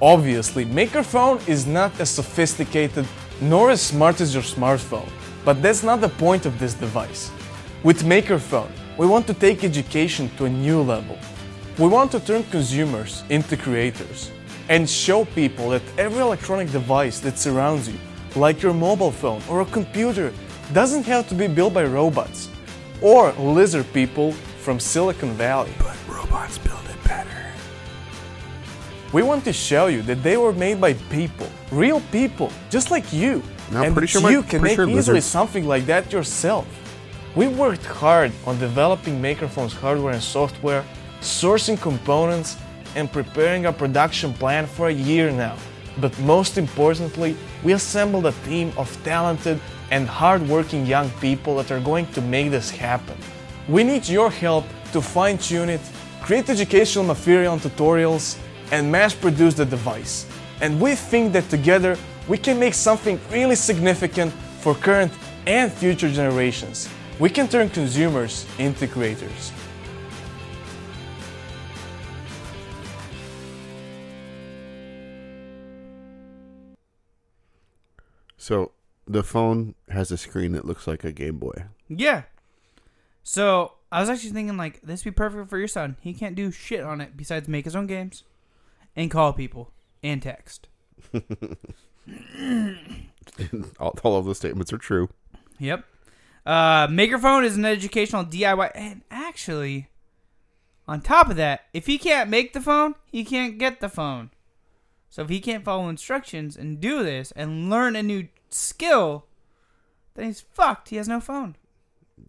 Obviously, Makerphone is not as sophisticated nor as smart as your smartphone, but that's not the point of this device. With Makerphone, we want to take education to a new level. We want to turn consumers into creators and show people that every electronic device that surrounds you, like your mobile phone or a computer, doesn't have to be built by robots or lizard people from Silicon Valley. But robots build it better. We want to show you that they were made by people, real people, just like you. No, I'm and pretty sure that my- you can pretty make sure easily lizards- something like that yourself. We worked hard on developing Makerphone's hardware and software, sourcing components, and preparing a production plan for a year now. But most importantly, we assembled a team of talented and hardworking young people that are going to make this happen. We need your help to fine tune it, create educational material and tutorials, and mass produce the device. And we think that together we can make something really significant for current and future generations. We can turn consumers into creators. So the phone has a screen that looks like a Game Boy. Yeah. So I was actually thinking like this would be perfect for your son. He can't do shit on it besides make his own games and call people and text. All, [laughs] all of those statements are true. Yep. Uh, Makerphone is an educational DIY, and actually, on top of that, if he can't make the phone, he can't get the phone. So if he can't follow instructions and do this and learn a new skill, then he's fucked. He has no phone.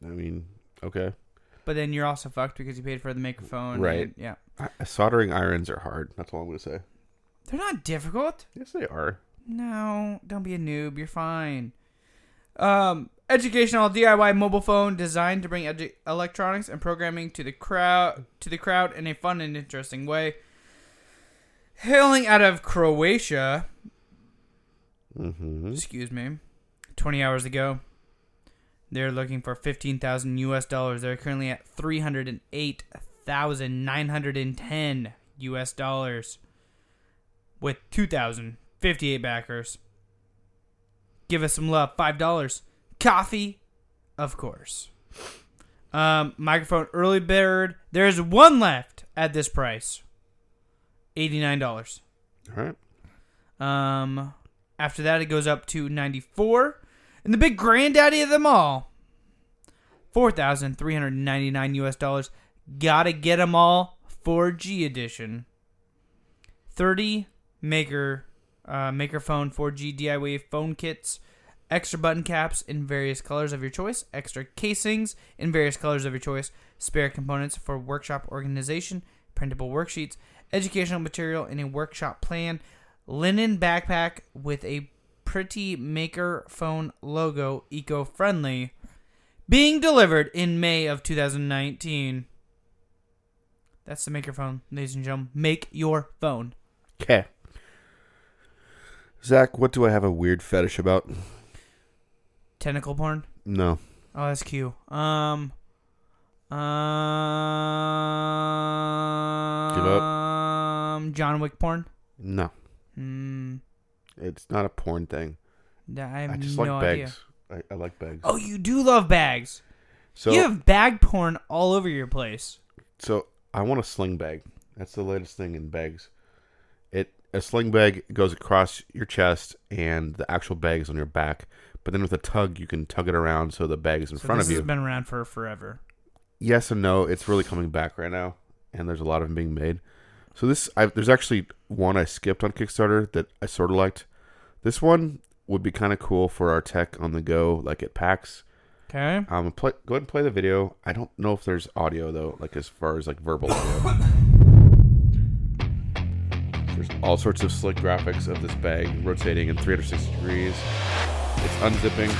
I mean, okay. But then you're also fucked because you paid for the Makerphone. Right. and- yeah. I- soldering irons are hard. That's all I'm going to say. They're not difficult. Yes, they are. No, don't be a noob. You're fine. Um, educational DIY mobile phone designed to bring edu- electronics and programming to the crowd to the crowd in a fun and interesting way. Hailing out of Croatia, Mm-hmm. excuse me, 20 hours ago. They're looking for 15,000 US dollars. They're currently at 308,910 US dollars with 2,058 backers. Give us some love. $5. Coffee, of course. Um, microphone early bird. There's one left at this price. $89. All right. Um, after that, it goes up to 94. And the big granddaddy of them all, 4,399 US dollars. Gotta get them all 4G edition. 30 maker uh, maker phone 4G DIY phone kits, extra button caps in various colors of your choice, extra casings in various colors of your choice, spare components for workshop organization, printable worksheets, educational material in a workshop plan, linen backpack with a pretty maker phone logo, eco-friendly, being delivered in May of 2019. That's the maker phone, ladies and gentlemen. Make your phone. Okay. Zach, what do I have a weird fetish about? Tentacle porn. No. Oh, that's cute. Um. Um. John Wick porn. No. Hmm. It's not a porn thing. I have I just no like idea. bags. I, I like bags. Oh, you do love bags. So, you have bag porn all over your place. so I want a sling bag. That's the latest thing in bags. It a sling bag goes across your chest, and the actual bag is on your back. But then with a tug, you can tug it around so the bag is in So front this of you. has been around for forever. yes and no. It's really coming back right now, and there's a lot of them being made. So this, I, there's actually one I skipped on Kickstarter that I sort of liked. This one would be kind of cool for our tech on the go, like at PAX. Okay. Um, play, go ahead and play the video. I don't know if there's audio though, like as far as like verbal audio. there's all sorts of slick graphics of this bag rotating in 360 degrees. It's unzipping.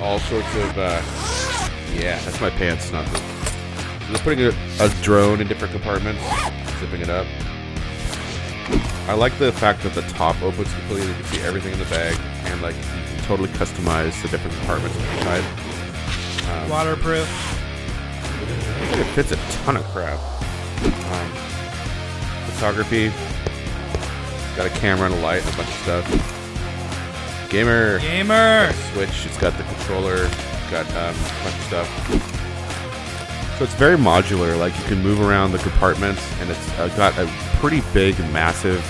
All sorts of uh, yeah, that's my pants, not the. So they're putting a, a drone in different compartments, zipping it up. I like the fact that the top opens completely. You can see everything in the bag, and like you can totally customize the different compartments inside. Um, Waterproof. It fits a ton of crap. Um, photography. Got a camera and a light and a bunch of stuff. Gamer. Gamer. Switch. It's got the controller. It's got um, a bunch of stuff. So it's very modular. Like you can move around the compartments, and it's uh, got a pretty big, massive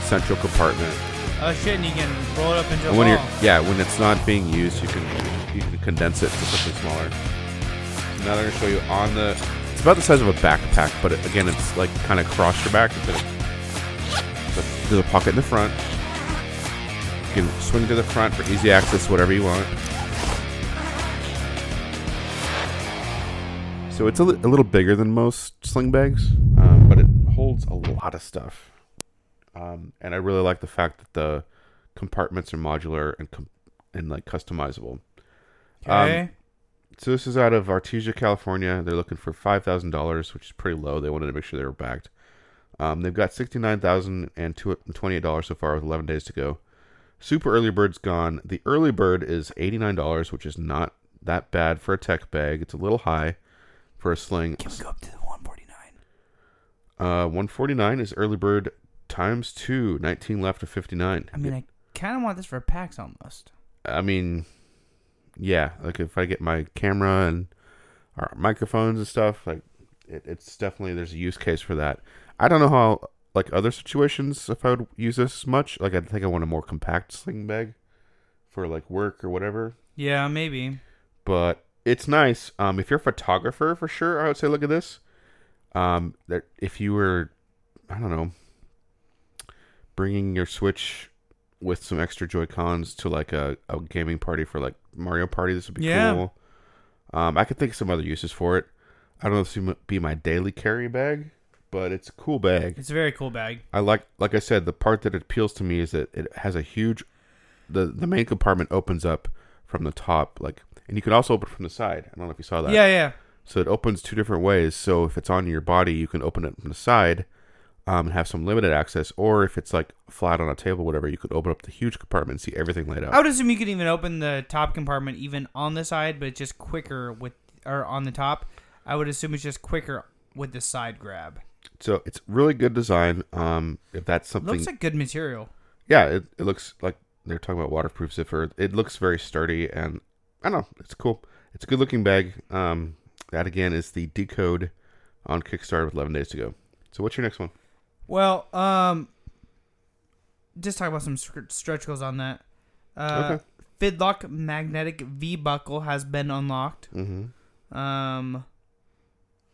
central compartment. Oh shit, and you can roll it up into a And when you're ball. yeah, when it's not being used, you can you can condense it to something smaller. Now they're gonna show you on the. It's about the size of a backpack, but it, again, it's like kind of cross your back. But but there's a pocket in the front. You can swing to the front for easy access, whatever you want. So it's a, li- a little bigger than most sling bags, um, but it holds a lot of stuff. Um, and I really like the fact that the compartments are modular and com- and like customizable. um, Okay. So this is out of Artesia, California. They're looking for five thousand dollars, which is pretty low. They wanted to make sure they were backed. Um, they've got sixty nine thousand and twenty eight dollars so far with eleven days to go. Super early bird's gone. The early bird is eighty nine dollars, which is not that bad for a tech bag. It's a little high for a sling. Can we go up to the 149? Uh, one forty nine is early bird times two. Nineteen left of fifty nine. I mean, I kind of want this for packs almost. I mean, yeah, like if I get my camera and our microphones and stuff, like it, it's definitely there's a use case for that. I don't know how like other situations if I would use this much. Like I think I want a more compact sling bag for like work or whatever. Yeah, maybe. But it's nice. Um, if you're a photographer for sure, I would say look at this. Um, that if you were, I don't know, bringing your Switch with some extra Joy Cons to like a, a gaming party for like Mario Party. This would be Yeah. cool. Um, I could think of some other uses for it. I don't know if this would be my daily carry bag, but it's a cool bag. It's a very cool bag. I like, like I said, the part that appeals to me is that it has a huge, the the main compartment opens up from the top, like, and you can also open from the side. I don't know if you saw that. Yeah, yeah. So it opens two different ways. So if it's on your body, you can open it from the side um, and have some limited access. Or if it's like flat on a table, whatever, you could open up the huge compartment and see everything laid out. I would assume you could even open the top compartment even on the side, but it's just quicker with or on the top. I would assume it's just quicker with the side grab. So it's really good design. Um, if that's something, Looks like good material. yeah, it, it looks like they're talking about waterproof zipper. It looks very sturdy, and I don't know, it's cool. It's a good looking bag. Um, that again is the decode on Kickstarter with 11 days to go. So what's your next one? Well, um, just talk about some str- stretch goals on that. Uh, Okay. Fidlock magnetic V buckle has been unlocked. Mm-hmm. Hmm, Um,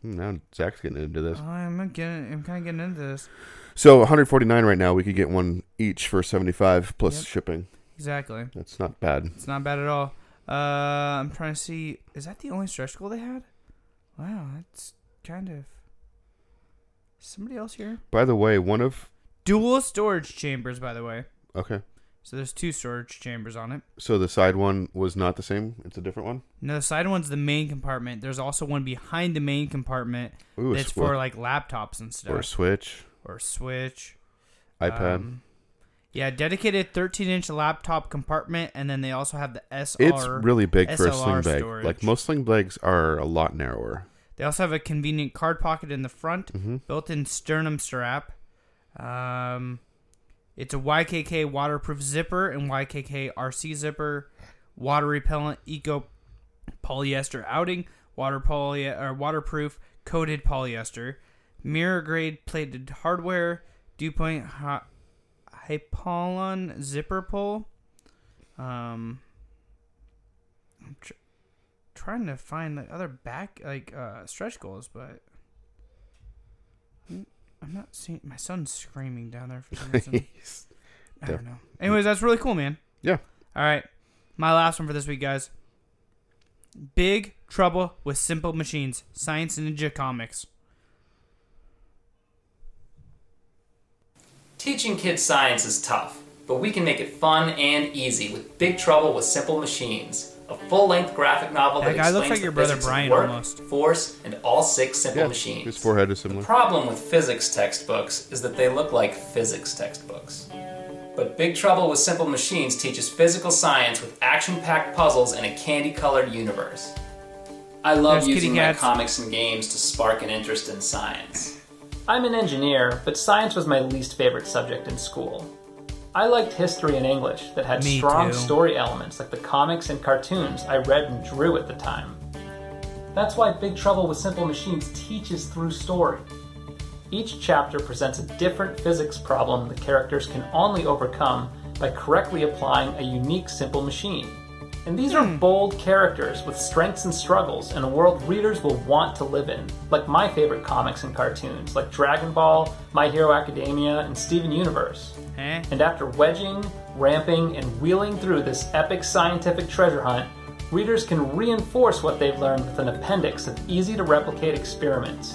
Now Zach's getting into this. I'm getting, I'm kind of getting into this. So 149 right now. We could get one each for 75 plus Yep. shipping. Exactly. That's not bad. It's not bad at all. Uh, I'm trying to see. Is that the only stretch goal they had? Wow, that's kind of. Somebody else here? By the way, one of Dual storage chambers, by the way. okay. So there's two storage chambers on it. So the side one was not the same. It's a different one. No, the side one's the main compartment. There's also one behind the main compartment Ooh, a that's swi- for like laptops and stuff or Switch, or Switch. iPad. Um, yeah, dedicated 13 inch laptop compartment, and then they also have the SR. it's really big for a sling SLR bag. storage. Like most sling bags are a lot narrower. They also have a convenient card pocket in the front, built-in sternum strap. Um, It's a YKK waterproof zipper and YKK RC zipper, water repellent, eco polyester outing, water poly or waterproof coated polyester, mirror grade plated hardware, dew point hy- hypalon zipper pull. Um, I'm tr- trying to find like other back like uh, stretch goals, but I'm I'm not seeing. My son's screaming down there for some reason. Jeez. I don't know. Anyways, that's really cool, man. yeah. All right. My last one for this week, guys. Big Trouble with Simple Machines, Science Ninja Comics. Teaching kids science is tough, but we can make it fun and easy with Big Trouble with Simple Machines, a full-length graphic novel that, That guy looks explains like the your brother physics of Brian work, almost. force, and all six simple Yeah, machines. his forehead is similar. The problem with physics textbooks is that they look like physics textbooks. But Big Trouble with Simple Machines teaches physical science with action-packed puzzles in a candy-colored universe. I love There's using kitty my cats. comics and games to spark an interest in science. I'm an engineer, but science was my least favorite subject in school. I liked history and English that had Me strong too. story elements like the comics and cartoons I read and drew at the time. That's why Big Trouble with Simple Machines teaches through story. Each chapter presents a different physics problem the characters can only overcome by correctly applying a unique simple machine. And these are bold characters with strengths and struggles in a world readers will want to live in, like my favorite comics and cartoons, like Dragon Ball, My Hero Academia, and Steven Universe. Eh? And after wedging, ramping, and wheeling through this epic scientific treasure hunt, readers can reinforce what they've learned with an appendix of easy to replicate experiments.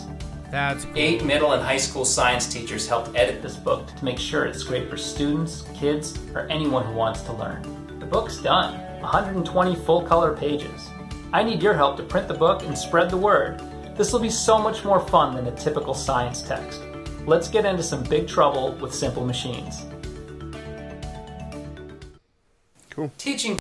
That's cool. Eight middle and high school science teachers helped edit this book to make sure it's great for students, kids, or anyone who wants to learn. The book's done 120 full color pages. I need your help to print the book and spread the word. This will be so much more fun than a typical science text. Let's get into some big trouble with simple machines. Cool. Teaching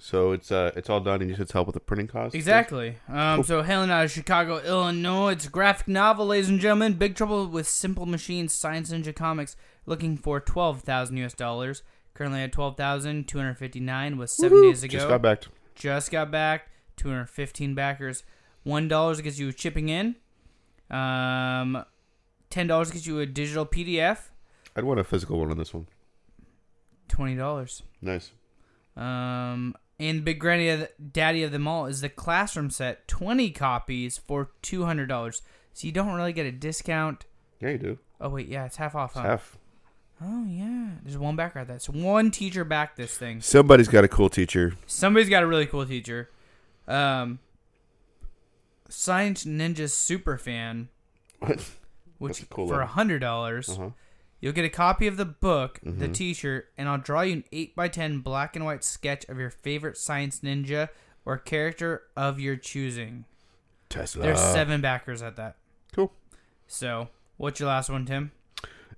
So it's uh it's all done. He just needs help with the printing cost. Exactly. Um, so hailing out of Chicago, Illinois, it's a graphic novel, ladies and gentlemen. Big Trouble with Simple Machines, Science Ninja Comics, looking for twelve thousand U.S. dollars. Currently at twelve thousand two hundred fifty-nine, was seven days ago. Just got back. just got back 215 backers one dollar gets you chipping in um ten dollars gets you a digital pdf I'd want a physical one on this one. twenty dollars Nice. um and big granny of the, daddy of them all is the classroom set 20 copies for two hundred dollars so you don't really get a discount Yeah, you do. oh wait yeah it's half off huh? Half. oh yeah there's one backer at that so one teacher backed this thing Somebody's got a cool teacher. Somebody's got a really cool teacher. Um, Science Ninja super fan, What? That's a which cool for one. a hundred dollars, Uh-huh. Mm-hmm. you'll get a copy of the book, the T-shirt, and I'll draw you an eight by ten black and white sketch of your favorite Science Ninja or character of your choosing. Tesla. There's seven backers at that. Cool. So, what's your last one, Tim?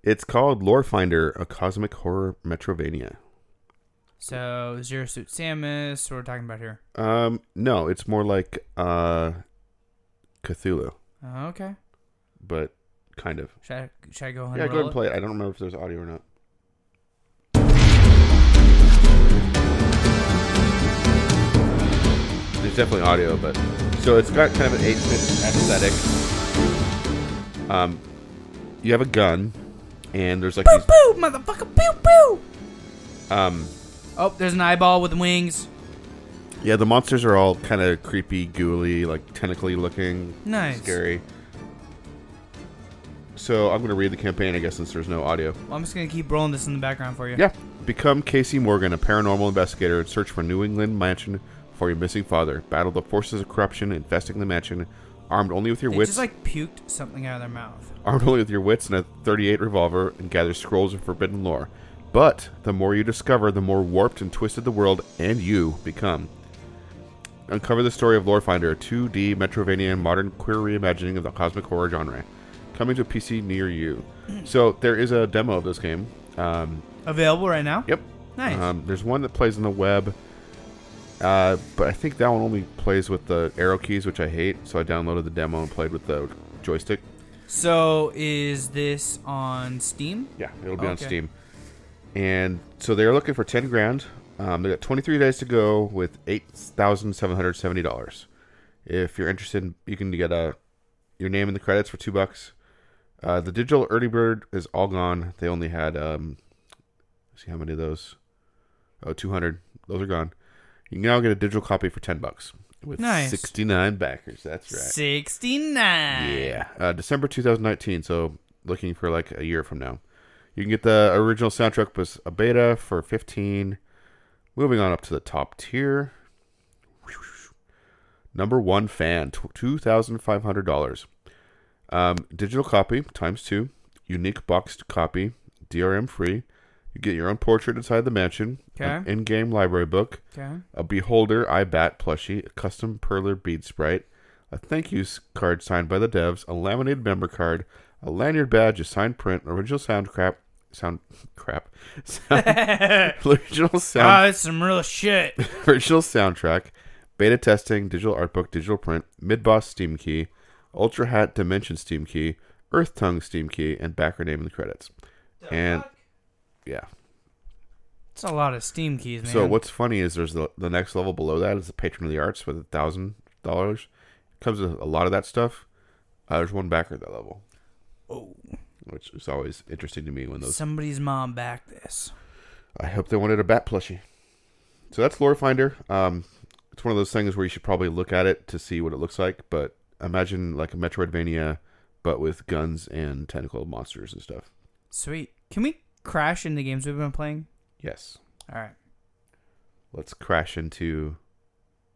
It's called Lorefinder, a cosmic horror metrovania. So Zero Suit Samus, what we're talking about here. Um, no, it's more like uh, Cthulhu, Uh, okay, but kind of. should I, should I go ahead? Yeah, and go ahead roll and it? play it. I don't remember if there's audio or not. There's definitely audio, but so it's got kind of an 8 bit aesthetic. Um, you have a gun, and there's like Pew these, pew, motherfucker, pew pew. um, Oh, there's an eyeball with wings. yeah, the monsters are all kind of creepy, ghouly, like tentacly looking, Nice. scary. So I'm gonna read the campaign, I guess, since there's no audio. Well, I'm just gonna keep rolling this in the background for you. Yeah. Become Casey Morgan, a paranormal investigator, and search for New England mansion for your missing father. Battle the forces of corruption investing the mansion, armed only with your They wits, just like puked something out of their mouth. armed only with your wits and a 38 revolver, and gather scrolls of forbidden lore. But the more you discover, the more warped and twisted the world and you become. Uncover the story of Lorefinder, a 2D Metrovania modern queer reimagining of the cosmic horror genre, coming to a PC near you. So there is a demo of this game. Um, Available right now. Yep. Nice. Um, there's one that plays on the web, uh, but I think that one only plays with the arrow keys, which I hate. So I downloaded the demo and played with the joystick. So is this on Steam? Yeah, it'll be on Okay. Steam. And so they're looking for ten grand. Um, they got twenty three days to go with eight thousand seven hundred seventy dollars. If you're interested, you can get a your name in the credits for two bucks. Uh, the digital early bird is all gone. They only had um, let's see how many of those. Oh, 200. Those are gone. You can now get a digital copy for ten bucks with Nice. sixty nine backers. That's right. 69. Yeah, uh, December 2019. So looking for like a year from now. You can get the original soundtrack was a beta for 15. Moving on up to the top tier. Number one fan, tw- $2,500. Um, digital copy times two, unique boxed copy, DRM free. You get your own portrait inside the mansion, an Okay. in game library book, Okay. a Beholder iBat plushie, a custom Perler bead sprite, a thank you s- card signed by the devs, a laminated member card, a lanyard badge, a signed print, original sound crap, sound crap, sound, original Oh, sound, that's some [laughs] real shit. original soundtrack, beta testing, digital art book, digital print, mid boss Steam key, Ultra Hat Dimension Steam key, Earth Tongue Steam key, and backer name in the credits. and yeah, It's a lot of Steam keys, man. So what's funny is there's the, the next level below that is the patron of the arts with a thousand dollars. Comes with a lot of that stuff. Uh, there's one backer at that level, Oh, which is always interesting to me when those. somebody's mom backed this. I hope they wanted a bat plushie. So that's Lore Finder. Um, it's one of those things where you should probably look at it to see what it looks like. But imagine like a Metroidvania, but with guns and tentacle monsters and stuff. Sweet. Can we crash into games we've been playing? Yes, All right. let's crash into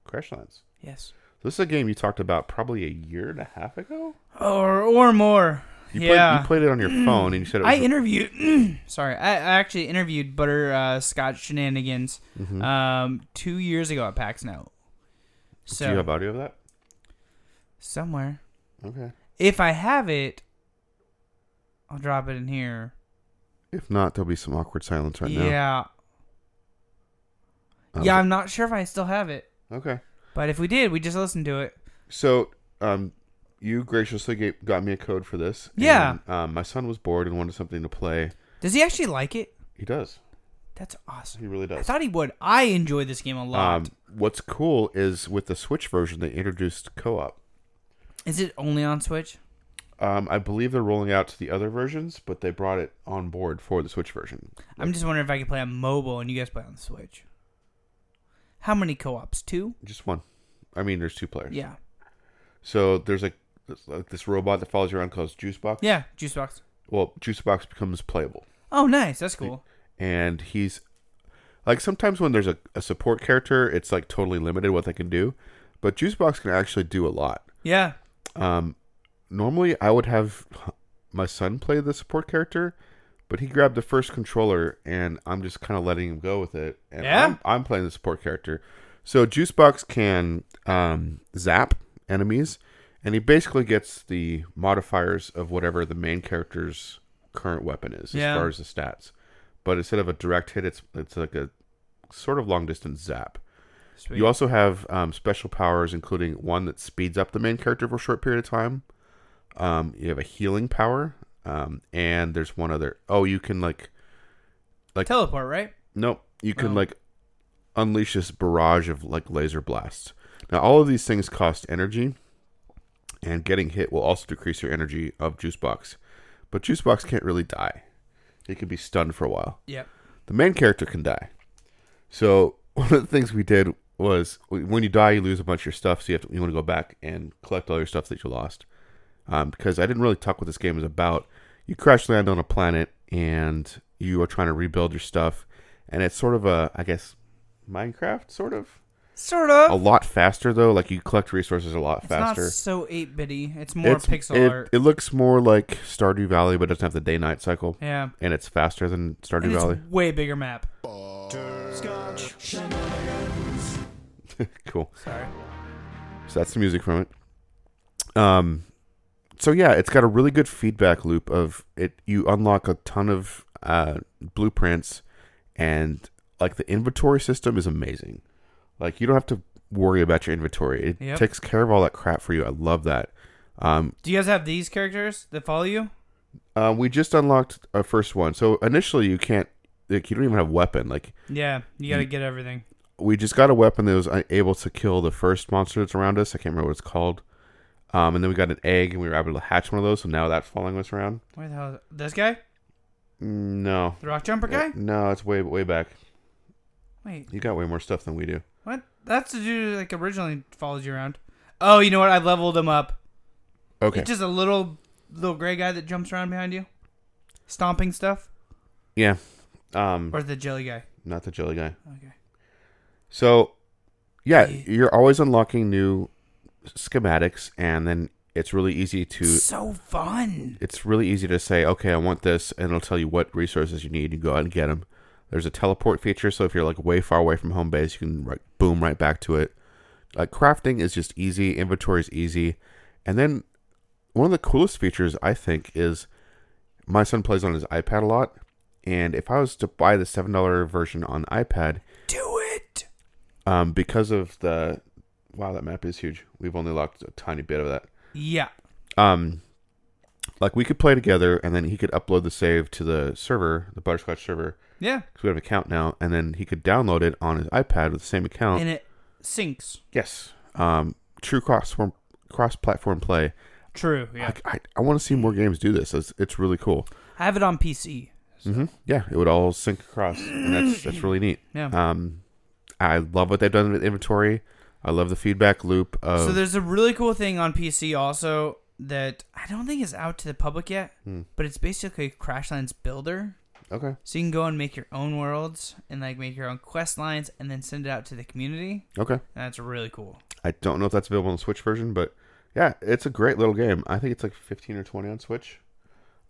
Crashlands. Yes. This is a game you talked about probably a year and a half ago. Or or more. You, yeah. Mm. played, you played it on your phone and you said it was. I interviewed. [clears throat] sorry, I, I actually interviewed Butter uh, Scott Shenanigans Mm-hmm. um, two years ago at PAX Now. So Do you have audio of that? somewhere, Okay. if I have it, I'll drop it in here. If not, there'll be some awkward silence right now. yeah, Um, yeah. I'm not sure if I still have it, Okay. but if we did, we just listened to it. So, um, you graciously gave, got me a code for this. Yeah. and, um, my son was bored and wanted something to play. Does he actually like it? He does. That's awesome. He really I does. thought he would. I enjoy this game a lot. um, what's cool is with the Switch version, they introduced co-op. Is it only on Switch? Um, I believe they're rolling out to the other versions, but they brought it on board for the Switch version. I'm just wondering if I could play on mobile and you guys play on Switch. How many co-ops? Two? Just one. I mean, there's two players. Yeah. So there's like, there's like this robot that follows you around called Juice Box. Yeah, juice box. well, Juice Box becomes playable, Oh, nice. That's cool. and he's like sometimes when there's a, a support character, it's like totally limited what they can do, but Juice Box can actually do a lot. Yeah. Um, normally, I would have my son play the support character, but he grabbed the first controller, and I'm just kind of letting him go with it. And Yeah. I'm, I'm playing the support character, so Juice Box can um, zap enemies, and he basically gets the modifiers of whatever the main character's current weapon is, Yeah. as far as the stats. But instead of a direct hit, it's it's like a sort of long distance zap. Sweet. You also have um, special powers, including one that speeds up the main character for a short period of time. Um, you have a healing power, um, and there's one other. Oh, you can like, like Teleport, right? nope, you can No. like unleash this barrage of like laser blasts. Now, all of these things cost energy, and getting hit will also decrease your energy of Juice Box. But Juice Box can't really die; it can be stunned for a while Yep. the main character can die. So [laughs] one of the things we did was when you die, you lose a bunch of your stuff, so you have to, you want to go back and collect all your stuff that you lost. Um, because I didn't really talk what this game is about. You crash land on a planet and you are trying to rebuild your stuff, and it's sort of a, I guess, Minecraft sort of. Sort of. A lot faster though, like you collect resources a lot it's faster. not so 8-bitty. It's more It's- pixel it, art. It looks more like Stardew Valley, but it doesn't have the day-night cycle, yeah. and it's faster than Stardew And it's Valley. way bigger map. [laughs] cool. Sorry. So that's the music from it. Um, so yeah, it's got a really good feedback loop of it. You unlock a ton of uh, blueprints, and like the inventory system is amazing. Like you don't have to worry about your inventory; it Yep. takes care of all that crap for you. I love that. Um, Do you guys have these characters that follow you? Um, we just unlocked our first one. So initially, you can't, like, you don't even have a weapon. Like, Yeah, you Mm. got to get everything. we just got a weapon that was uh, able to kill the first monster that's around us. I can't remember what it's called. Um, and then we got an egg, and we were able to hatch one of those. So now that's following us around. Where the hell? Is this guy? Mm, No, Uh, The rock jumper guy? no, it's way way back. Wait, You got way more stuff than we do. what? That's the dude that like, originally follows you around. Oh, you know what? I leveled him up. Okay. It's just a little little gray guy that jumps around behind you, stomping stuff, yeah. Um, or the jelly guy. not the jelly guy. Okay. So, yeah, you're always unlocking new schematics, and then it's really easy to So fun. it's really easy to say, okay, I want this, and it'll tell you what resources you need. You go out and get them. There's a teleport feature, so if you're like way far away from home base, you can like boom right back to it. Like crafting is just easy, inventory is easy, and then one of the coolest features I think is my son plays on his iPad a lot, and if I was to buy the seven dollar version on iPad, Do it. um, because of the wow, that map is huge. We've only locked a tiny bit of that Yeah. um like we could play together and then he could upload the save to the server the butterscotch server Yeah. because we have an account now and then he could download it on his ipad with the same account And it sinks. yes um true cross cross platform play True. Yeah. like i, I want to see more games do this it's, it's really cool I have it on PC. hmm yeah it would all sync across and [clears throat] that's that's really neat Yeah. um i love what they've done with inventory i love the feedback loop of So there's a really cool thing on PC also that I don't think is out to the public yet, Hmm. but it's basically Crashlands Builder. okay So you can go and make your own worlds and like make your own quest lines and then send it out to the community. okay And that's really cool. I don't know if that's available on the Switch version, but yeah, it's a great little game. I think it's like 15 or 20 on Switch.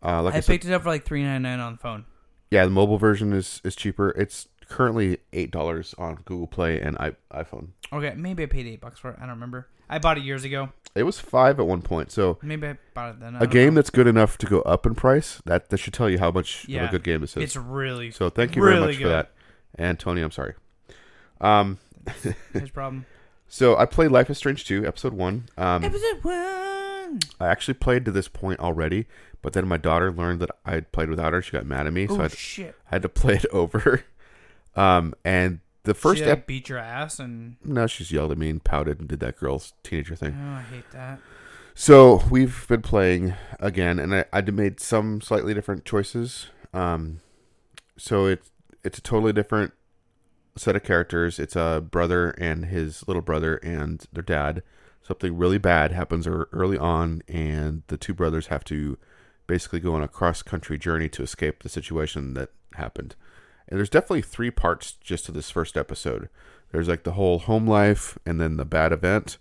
Uh, like I, I said, picked it up for like three ninety nine on the phone. yeah, the mobile version is is cheaper. It's currently eight dollars on Google Play and I, iPhone. Okay, maybe I paid eight bucks for it. I don't remember. I bought it years ago. It was five at one point, so Maybe I bought it then. I a don't game know. that's good enough to go up in price that that should tell you how much of a good game this is. It's really so thank you very really much for good. [laughs] that, and Tony, I'm sorry. Um, His problem. so I played Life is Strange 2, episode one. [laughs] Um, Episode one. I actually played to this point already, but then my daughter learned that I had played without her. She got mad at me, so Oh I shit! I had to play it [laughs] over. Um, and the first she, like, ep- beat your ass, and no, she's yelled at me and pouted and did that girl's teenager oh, thing. I hate that. So we've been playing again, and I I d- made some slightly different choices. Um, so it's it's a totally different set of characters. It's a brother and his little brother and their dad. Something really bad happens ear- early on, and the two brothers have to basically go on a cross country journey to escape the situation that happened. And there's definitely three parts just to this first episode. There's like the whole home life, and then the bad event,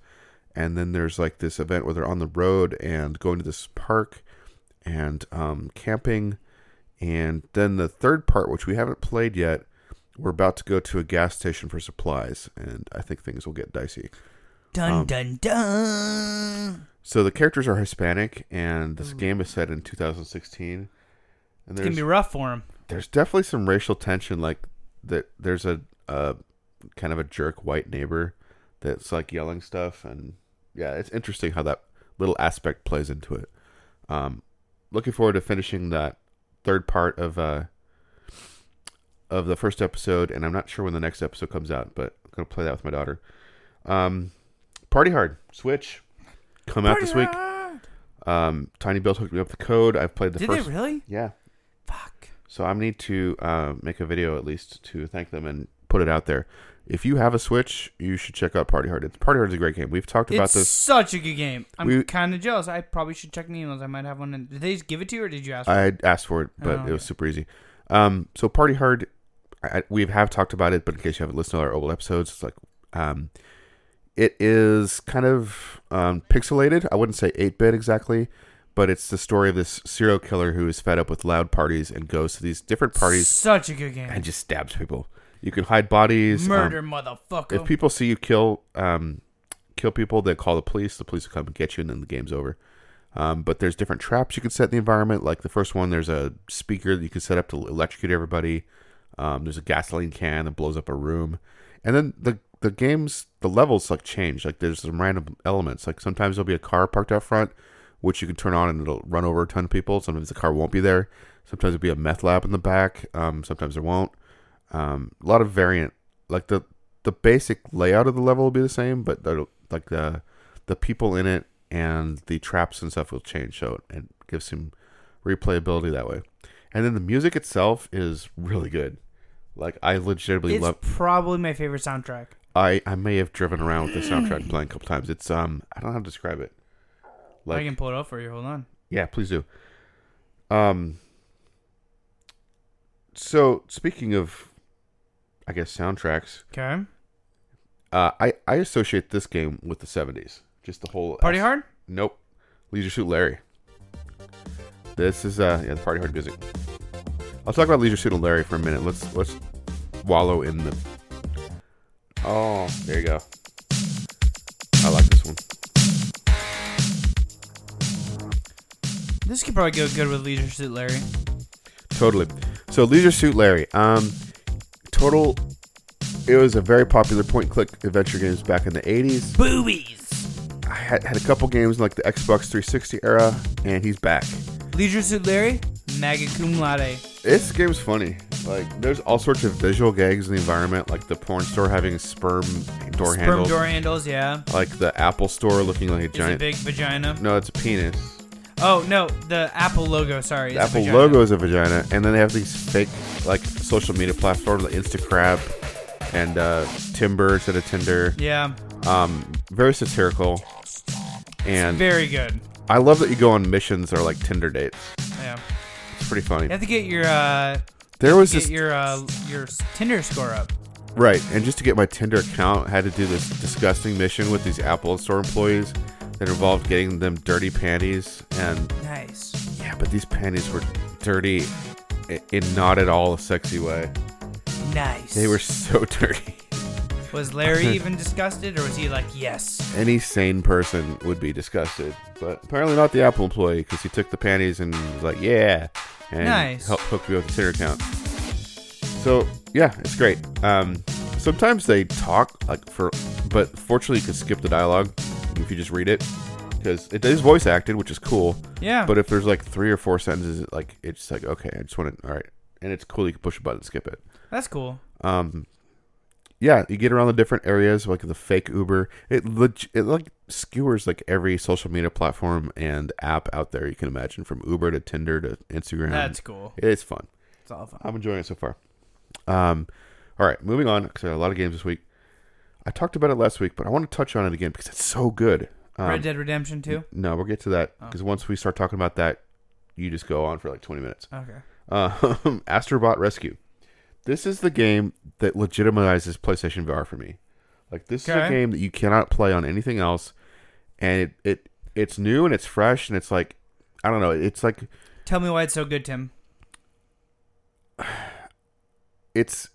and then there's like this event where they're on the road and going to this park and um, camping. And then the third part, which we haven't played yet, we're about to go to a gas station for supplies, and I think things will get dicey. Dun Um, dun dun. So the characters are Hispanic, and this game is set in 2016. And Mm. It's gonna there's be rough for him. there's definitely some racial tension. Like that, there's a, a kind of a jerk white neighbor that's like yelling stuff, and yeah, it's interesting how that little aspect plays into it. Um, looking forward to finishing that third part of uh of the first episode, and I'm not sure when the next episode comes out, but I'm gonna play that with my daughter. Um, Party Hard Switch come out this week. Um, Tiny Bill hooked me up with the code. I've played the Did first. they really? Yeah. Fuck. So I need to uh, make a video at least to thank them and put it out there. If you have a Switch, you should check out Party Hard. It's Party Hard is a great game. We've talked about It's this. such a good game. I'm We- kind of jealous. I probably should check my emails. I might have one. In... Did they just give it to you, or did you ask? for it? I had asked for it, but Oh, it was super easy. Um, so Party Hard, I, I- we have talked about it, but in case you haven't listened to our old episodes, it's like um, it is kind of um, pixelated. I wouldn't say eight bit exactly, but it's the story of this serial killer who is fed up with loud parties and goes to these different parties Such a good game. and just stabs people. You can hide bodies, um, Murder, if motherfucker. people see you kill um, kill people, they call the police. The police will come and get you, and then the game's over. Um, but there's different traps you can set in the environment. Like the first one, there's a speaker that you can set up to electrocute everybody. Um, there's a gasoline can that blows up a room, and then the the games the levels like change. Like there's some random elements. Like sometimes there'll be a car parked out front, which you can turn on and it'll run over a ton of people. Sometimes the car won't be there. Sometimes it'll be a meth lab in the back. Um, sometimes there won't. Um, a lot of variant. Like the the basic layout of the level will be the same, but the, like the the people in it and the traps and stuff will change. So it, it gives some replayability that way. And then the music itself is really good. Like I legitimately It's love. probably my favorite soundtrack. I I may have driven around with the soundtrack playing a couple times. It's um I don't know how to describe it. I Like can pull it up for you. Hold on. yeah, please do. Um. So speaking of, I guess soundtracks. Okay. Uh, I I associate this game with the '70s. Just the whole Party Hard? Nope. Leisure Suit Larry. This is uh yeah, the party hard music. I'll talk about Leisure Suit Larry for a minute. Let's let's wallow in the Oh, there you go. I like this one. This could probably go good with Leisure Suit Larry. Totally. So Leisure Suit Larry. Um, total. It was a very popular point and click adventure games back in the '80s. Boobies! I had, had a couple games in, like the Xbox 360 era, and he's back. Leisure Suit Larry? Magna Cum Laude. This game's funny. Like, there's all sorts of visual gags in the environment, like the porn store having sperm door Sperm handles, door handles, yeah. like the Apple store looking like a It's a giant. big vagina. no, it's a penis. Oh, no, the Apple logo, sorry. is The a Apple vagina. logo is a vagina, and then they have these fake like social media platforms, like Instacrab and uh, Timber instead of Tinder. Yeah, um, very satirical, and very good. I love that you go on missions or like Tinder dates. Yeah. It's pretty funny. You have to get your, uh, There was get this your, uh, your Tinder score up. right, and just to get my Tinder account, I had to do this disgusting mission with these Apple Store employees that involved getting them dirty panties, and Nice. yeah, but these panties were dirty i- in not at all a sexy way. Nice. They were so [laughs] dirty. [laughs] Was Larry even disgusted, or was he like, yes? Any sane person would be disgusted, but apparently not the Apple employee because he took the panties and was like, "Yeah," and Nice. helped hook me up with a Tinder account. So yeah, it's great. Um, sometimes they talk like for, but fortunately you can skip the dialogue if you just read it because it is voice acted, which is cool. Yeah. But if there's like three or four sentences, it, like it's just like okay, I just want to all right, and it's cool. You can push a button, and skip it. That's cool. Um, yeah, you get around the different areas like the fake Uber. It leg- it like skewers like every social media platform and app out there you can imagine, from Uber to Tinder to Instagram. That's cool. It's fun. It's all fun. I'm enjoying it so far. Um, all right, moving on because a lot of games this week. I talked about it last week, but I want to touch on it again because it's so good. Um, Red Dead Redemption 2? No, we'll get to that Oh. because once we start talking about that, you just go on for like 20 minutes. Okay. Um, [laughs] Astrobot Rescue. This is the game that legitimizes PlayStation VR for me. Like this is a Okay. game that you cannot play on anything else, and it, it it's new and it's fresh and it's like I don't know. It's like Tell me why it's so good, Tim. it's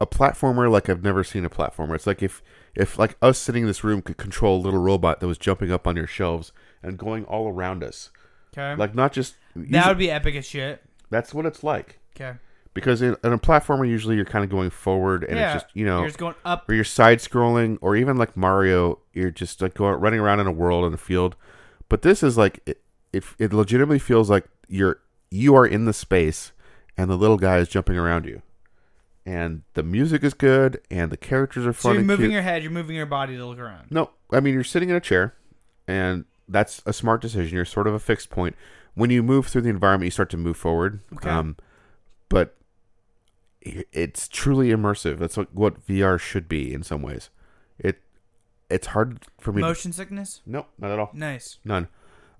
a platformer like I've never seen a platformer. It's like if if like us sitting in this room could control a little robot that was jumping up on your shelves and going all around us. Okay. Like not just that would be epic as shit. that's what it's like. Okay. Because in, in a platformer, usually you're kind of going forward, and yeah. it's just you know You're just going up. or you're side scrolling, or even like Mario, you're just like going running around in a world in a field. But this is like it, it, it legitimately feels like you're you are in the space, and the little guy is jumping around you, and the music is good, and the characters are So fun. you're and moving cute. your head, you're moving your body to look around. No, I mean you're sitting in a chair, and that's a smart decision. You're sort of a fixed point. When you move through the environment, you start to move forward. Um, Okay. but i- it's truly immersive. That's what, what VR should be in some ways. It it's hard for me. Motion sickness? To, no, not at all. Nice. None.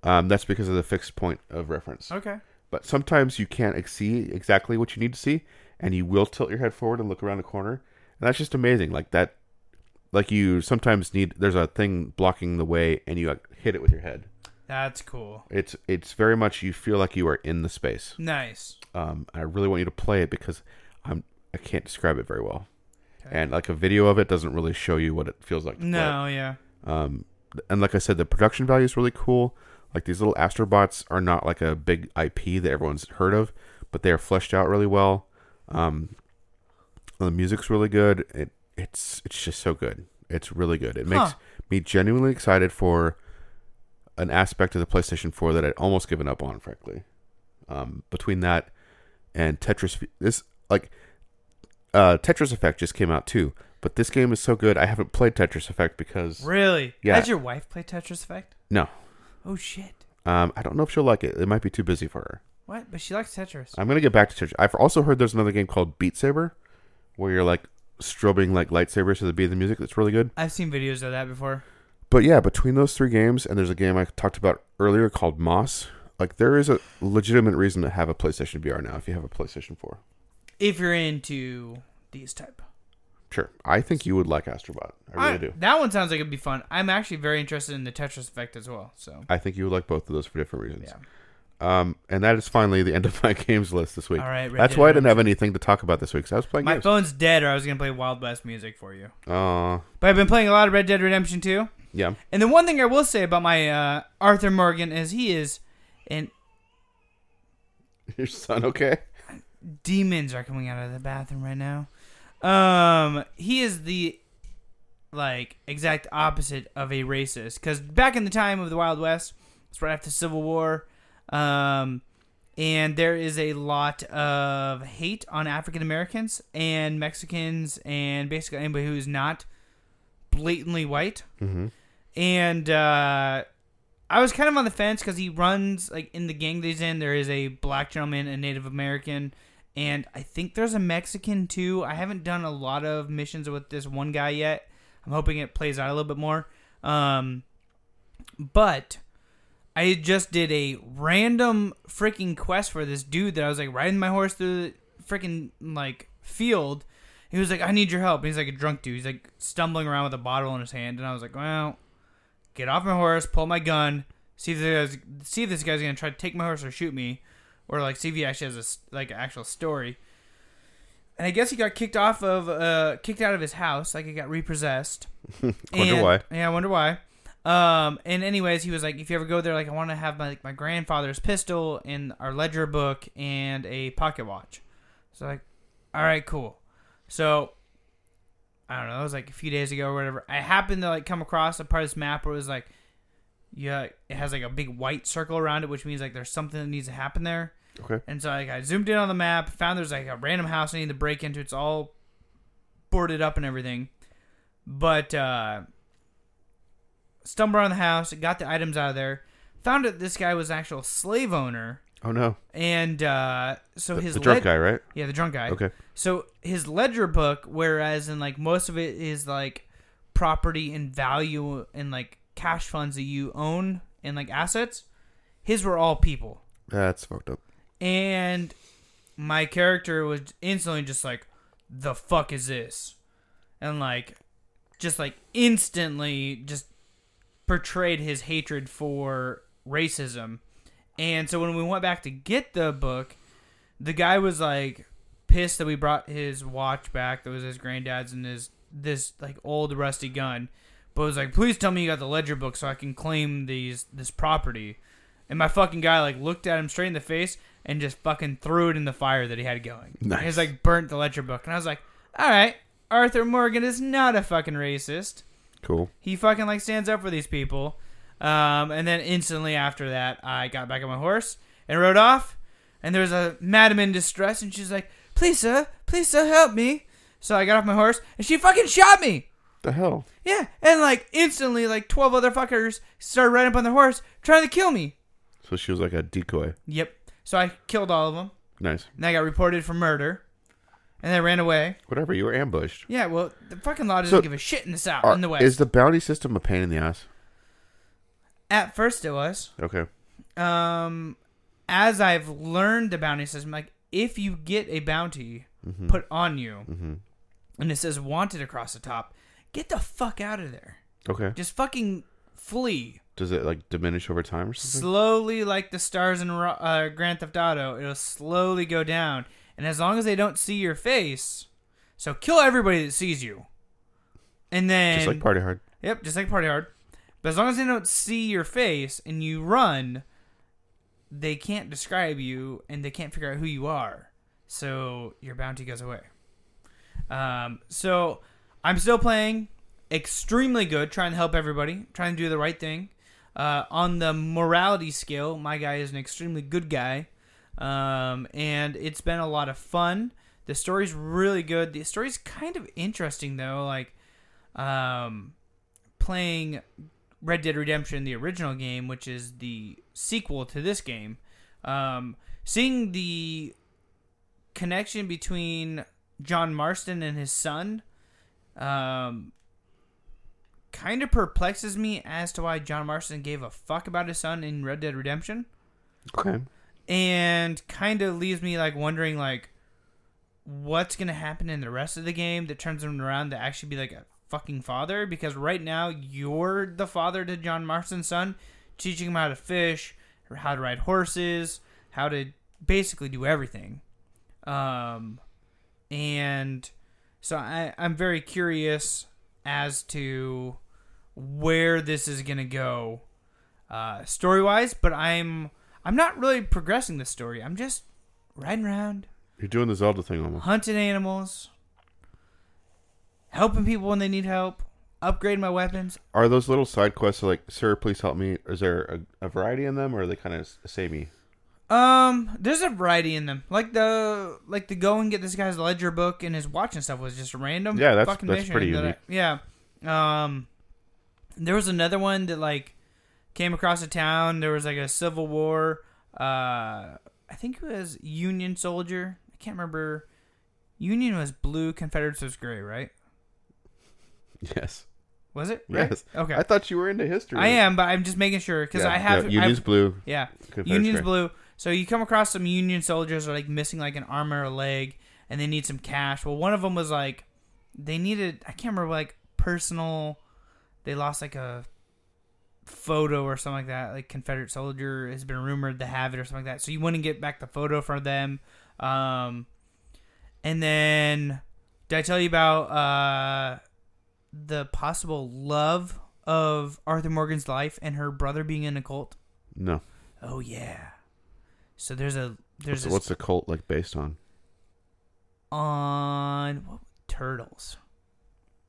Um, that's because of the fixed point of reference. Okay. But sometimes you can't see exactly what you need to see, and you will tilt your head forward and look around the corner, and that's just amazing. Like that, like you sometimes need. There's a thing blocking the way, and you like, hit it with your head. That's cool. It's it's very much you feel like you are in the space. Nice. Um, I really want you to play it because I'm I can't describe it very well, and like a video of it doesn't really show you what it feels like. to play it. No, yeah. Um, and like I said, the production value is really cool. Like these little Astrobots are not like a big IP that everyone's heard of, but they are fleshed out really well. Um, the music's really good. It it's it's just so good. It's really good. It makes Huh. me genuinely excited for an aspect of the PlayStation 4 that I'd almost given up on, frankly. Um, between that and Tetris, this like uh, Tetris Effect just came out too, but this game is so good. I haven't played Tetris Effect because Really? Yeah. Has your wife play Tetris Effect? no, Oh shit! um, I don't know if she'll like it. It might be too busy for her. What? But she likes Tetris. I'm gonna get back to Tetris. I've also heard there's another game called Beat Saber, where you're like strobing like lightsabers to the beat of the music. That's really good. I've seen videos of that before. But yeah, between those three games, and there's a game I talked about earlier called Moss. Like there is a legitimate reason to have a PlayStation VR now if you have a PlayStation 4. If you're into these type, Sure, I think you would like Astrobot. I really I- do. That one sounds like it'd be fun. I'm actually very interested in the Tetris Effect as well. So I think you would like both of those for different reasons. Um, and that is finally the end of my [laughs] games list this week. All right, Red that's Dead why I didn't have Redemption. anything to talk about this week. 'cause I was playing my games. phone's dead, or I was gonna play Wild West music for you. Uh, But I've been playing a lot of Red Dead Redemption 2. yeah, And the one thing I will say about my uh, Arthur Morgan is he is, and [laughs] your son okay? demons are coming out of the bathroom right now. Um, he is the like exact opposite of a racist because back in the time of the Wild West, it's right after Civil War, um, and there is a lot of hate on African Americans and Mexicans and basically anybody who is not blatantly white. And uh, I was kind of on the fence because he runs like in the gang that he's in. There is a black gentleman, a Native American, and I think there's a Mexican too. I haven't done a lot of missions with this one guy yet. I'm hoping it plays out a little bit more. Um, but I just did a random freaking quest for this dude that I was like riding my horse through the freaking like field. He was like, "I need your help." And he's like a drunk dude. He's like stumbling around with a bottle in his hand, and I was like, "Well." get off my horse, pull my gun, see if this guy's, see if this guy's gonna try to take my horse or shoot me, or like see if he actually has a s- like actual story. And I guess he got kicked off of uh kicked out of his house, like he got repossessed. [laughs] Wonder And- why. Yeah, I wonder why. Um, and anyways, he was like, if you ever go there, like I want to have my like, my grandfather's pistol and our ledger book and a pocket watch. So like, all right, cool. So I don't know, it was like a few days ago or whatever. I happened to like come across a part of this map where it was like, yeah, it has like a big white circle around it, which means like there's something that needs to happen there. Okay. And so like I zoomed in on the map, found there's like a random house I need to break into. It's all boarded up and everything. But uh stumbled around the house, got the items out of there, found out this guy was an actual slave owner, Oh no, and uh so the, his the drunk leg- guy, right? yeah, the drunk guy. Okay. So his ledger book, whereas in like most of it is like property and value and like cash funds that you own and like assets, his were all people. That's fucked up. And my character was instantly just like, the fuck is this? And like, just like instantly just portrayed his hatred for racism. And so when we went back to get the book, the guy was like pissed that we brought his watch back that was his granddad's and his this like old rusty gun but was like please tell me you got the ledger book so i can claim these this property and my fucking guy like looked at him straight in the face and just fucking threw it in the fire that he had going Nice. he was like burnt the ledger book and i was like all right arthur morgan is not a fucking racist Cool. he fucking like stands up for these people. Um, and then instantly after that, I got back on my horse and rode off. And there was a madam in distress, and she's like, "Please, sir, please, sir, help me." So I got off my horse, and she fucking shot me. The hell. Yeah, and like instantly, like twelve other fuckers started right up on their horse trying to kill me. So she was like a decoy. Yep. So I killed all of them, Nice. and I got reported for murder, and I ran away. Whatever. You were ambushed. Yeah, well, the fucking law doesn't So- give a shit in the south, Are- in the west. is the bounty system a pain in the ass? At first, it was. Okay. um, as I've learned the bounty system, like if you get a bounty Mm-hmm. put on you, and it says wanted across the top, get the fuck out of there. Okay. Just fucking flee Does it like diminish over time or something? slowly, like the stars in Ro- uh, Grand Theft Auto. It'll slowly go down, and as long as they don't see your face, so kill everybody that sees you, and then Just like Party Hard. Yep, just like Party Hard. But as long as they don't see your face and you run, they can't describe you and they can't figure out who you are. So your bounty goes away. Um, so I'm still playing extremely good, trying to help everybody, trying to do the right thing. Uh, on the morality scale, my guy is an extremely good guy, um, and it's been a lot of fun. The story's really good. The story's kind of interesting though, like um, playing Red Dead Redemption, the original game, which is the sequel to this game. Um, seeing the connection between John Marston and his son um, kind of perplexes me as to why John Marston gave a fuck about his son in Red Dead Redemption, Okay. and kind of leaves me like wondering like what's gonna happen in the rest of the game that turns him around to actually be like a fucking father. Because right now you're the father to John Marston's son, teaching him how to fish, or how to ride horses, how to basically do everything. Um, and so I, I'm very curious as to where this is gonna go uh, story wise, but I'm I'm not really progressing the story. I'm just riding around, You're doing the Zelda thing almost. hunting animals, helping people when they need help, upgrade my weapons. Are those little side quests like, sir, please help me? Is there a, a variety in them or are they kind of samey? [laughs] Um, there's a variety in them. Like the like the go and get this guy's ledger book and his watch and stuff was just a random. Yeah, that's- fucking that's mission pretty that I- yeah. Um, there was another one that like came across a town. There was like a civil war. Uh, I think it was Union soldier. I can't remember. Union was blue. Confederates was gray. Right? Yes. Was it? Right? Yes. Okay. I thought you were into history. I am, but I'm just making sure because Yeah, I have. yeah, Union's I've- blue. Yeah. Confederates Union's gray. blue. So you come across some Union soldiers are like missing like an arm or a leg, and they need some cash. Well, one of them was like, they needed I can't remember like personal. They lost like a photo or something like that. Like Confederate soldier has been rumored to have it or something like that. So you want to get back the photo for them. Um, and then did I tell you about uh, the possible love of Arthur Morgan's life and her brother being in a cult? No. Oh yeah. So there's a there's What's, this what's the cult like based on? on what, turtles.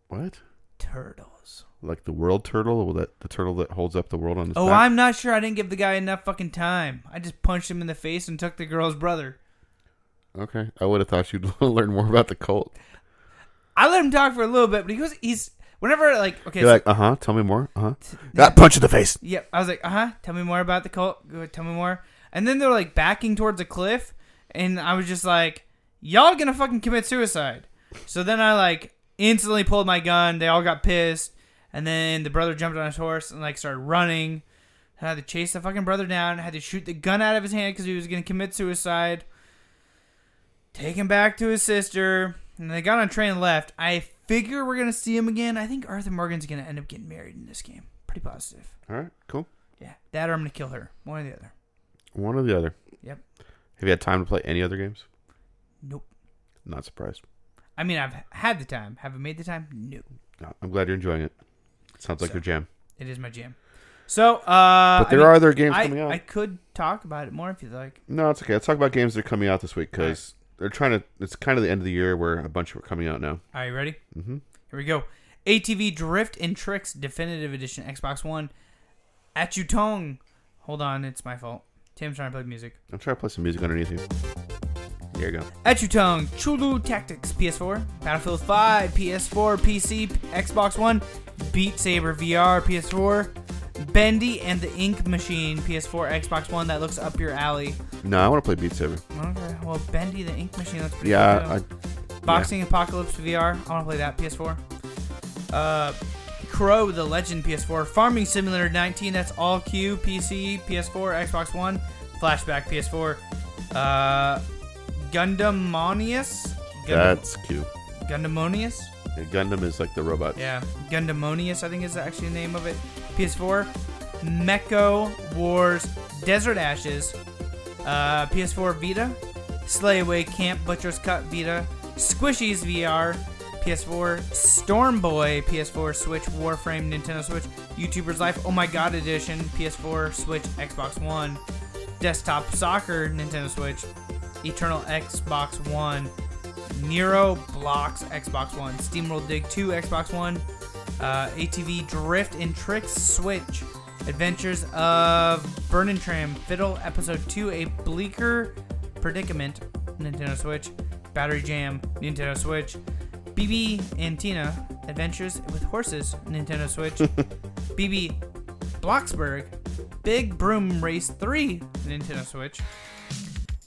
What? Turtles. Like the world turtle? Well, that the turtle that holds up the world on its Oh, back? I'm not sure. I didn't give the guy enough fucking time. I just punched him in the face and took the girl's brother. Okay. I would have thought you'd [laughs] learn more about the cult. I let him talk for a little bit, but he goes. He's whenever like okay. You're so- like, uh huh. Tell me more. Uh huh. That punch in the face. Yep. I was like, uh huh. Tell me more about the cult. Go- Tell me more. And then they're like backing towards a cliff, and I was just like, y'all gonna fucking commit suicide. So then I like instantly pulled my gun. They all got pissed, and then the brother jumped on his horse and like started running. I had to chase the fucking brother down. I had to shoot the gun out of his hand because he was gonna commit suicide. Take him back to his sister, and they got on a train and left. I figure we're gonna see him again. I think Arthur Morgan's gonna end up getting married in this game. Pretty positive. All right. Cool. Yeah, that or I'm gonna kill her. One or the other. One or the other. Yep. Have you had time to play any other games? Nope. Not surprised. I mean, I've had the time. Have I made the time? No. No, I'm glad you're enjoying it. Sounds like So- your jam. It is my jam. So, uh, But there I mean, are other games I, coming out. I could talk about it more if you'd like. No, it's okay. Let's talk about games that are coming out this week because they're trying to. It's kind of the end of the year where a bunch are coming out now. Are you ready? Mm-hmm. Here we go. ATV Drift and Tricks Definitive Edition Xbox One. At you tongue. Hold on, it's my fault. Tim's trying to play music. I'm trying to play some music underneath you. There you go. Etchutong, Chulu Tactics PS4, Battlefield 5 PS4, PC, Xbox One, Beat Saber VR PS4, Bendy and the Ink Machine PS4, Xbox One. That looks up your alley. No, I want to play Beat Saber. Okay, well, Bendy the Ink Machine looks pretty Yeah, cool. too. Boxing Apocalypse VR. I want to play that PS4. Uh, Crow the Legend PS4, Farming Simulator 19. That's all Q PC, PS4, Xbox One, Flashback PS4. Uh, Gundamonius. Gundam- I, that's cute. Gundamonius. Yeah, Gundam is like the robot. Yeah, Gundamonius. I think is actually the name of it. PS4, Mecho Wars, Desert Ashes, uh, PS4 Vita, Slay Away Camp Butcher's Cut Vita, Squishies VR, PS4, Storm Boy, PS4, Switch, Warframe, Nintendo Switch, YouTuber's Life, Oh My God Edition, PS4, Switch, Xbox One, Desktop Soccer, Nintendo Switch, Eternal Xbox One, Nero Blocks, Xbox One, Steamroll Dig 2, Xbox One, uh, ATV Drift and Tricks, Switch, Adventures of Burn and Tram, Fiddle, Episode 2, A Bleaker Predicament, Nintendo Switch, Battery Jam, Nintendo Switch, BB and Tina, Adventures with Horses, Nintendo Switch, BB Bloxburg, Big Broom Race 3, Nintendo Switch,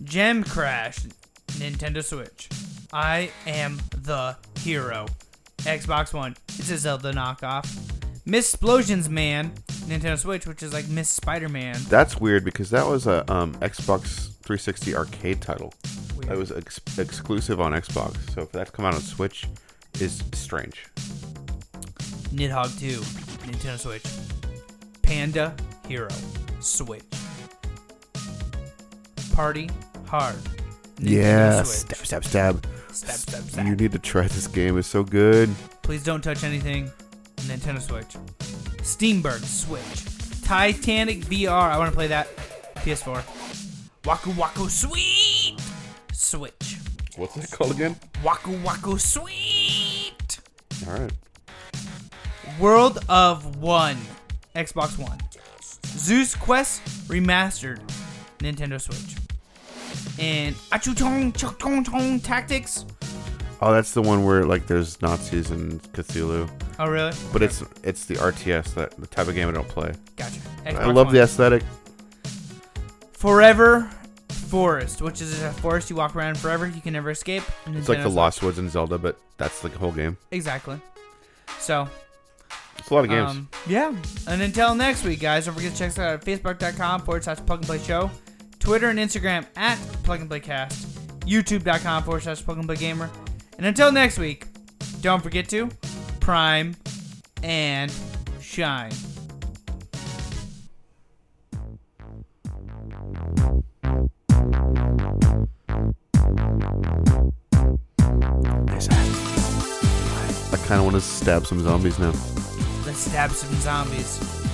Gem Crash, Nintendo Switch, I Am the Hero, Xbox One, it's a Zelda knockoff, Miss Splosions Man, Nintendo Switch, which is like Miss Spider Man. That's weird because that was a um, Xbox 360 arcade title. That was ex- exclusive on Xbox. So if that's come out on Switch, is strange. Nidhogg 2, Nintendo Switch. Panda Hero, Switch. Party Hard. Nintendo Switch. stab, stab. Stab, stab, stab. You need to try this game. It's so good. Please don't touch anything. Nintendo Switch. Steamberg Switch. Titanic VR. I want to play that. PS4. Waku Waku Sweet Switch. What's that called again? Waku Waku Sweet. All right. World of One, Xbox One. Zeus Quest Remastered, Nintendo Switch. And Achutong Chutong Chong Tactics. Oh, that's the one where like there's Nazis and Cthulhu, Oh, really? but it's it's the RTS that the type of game I don't play. Gotcha. I Xbox love One. the aesthetic. Forever Forest, which is a forest you walk around forever, you can never escape. It's like the Lost Woods in Zelda, but that's the whole game. Exactly. So, It's a lot of games. Um, yeah. And until next week, guys, don't forget to check us out at facebook.com forward slash plug and play show, Twitter and Instagram at plug and play cast, youtube.com forward slash plug and play gamer. And until next week, don't forget to prime and shine. I kind of want to stab some zombies now. Let's stab some zombies.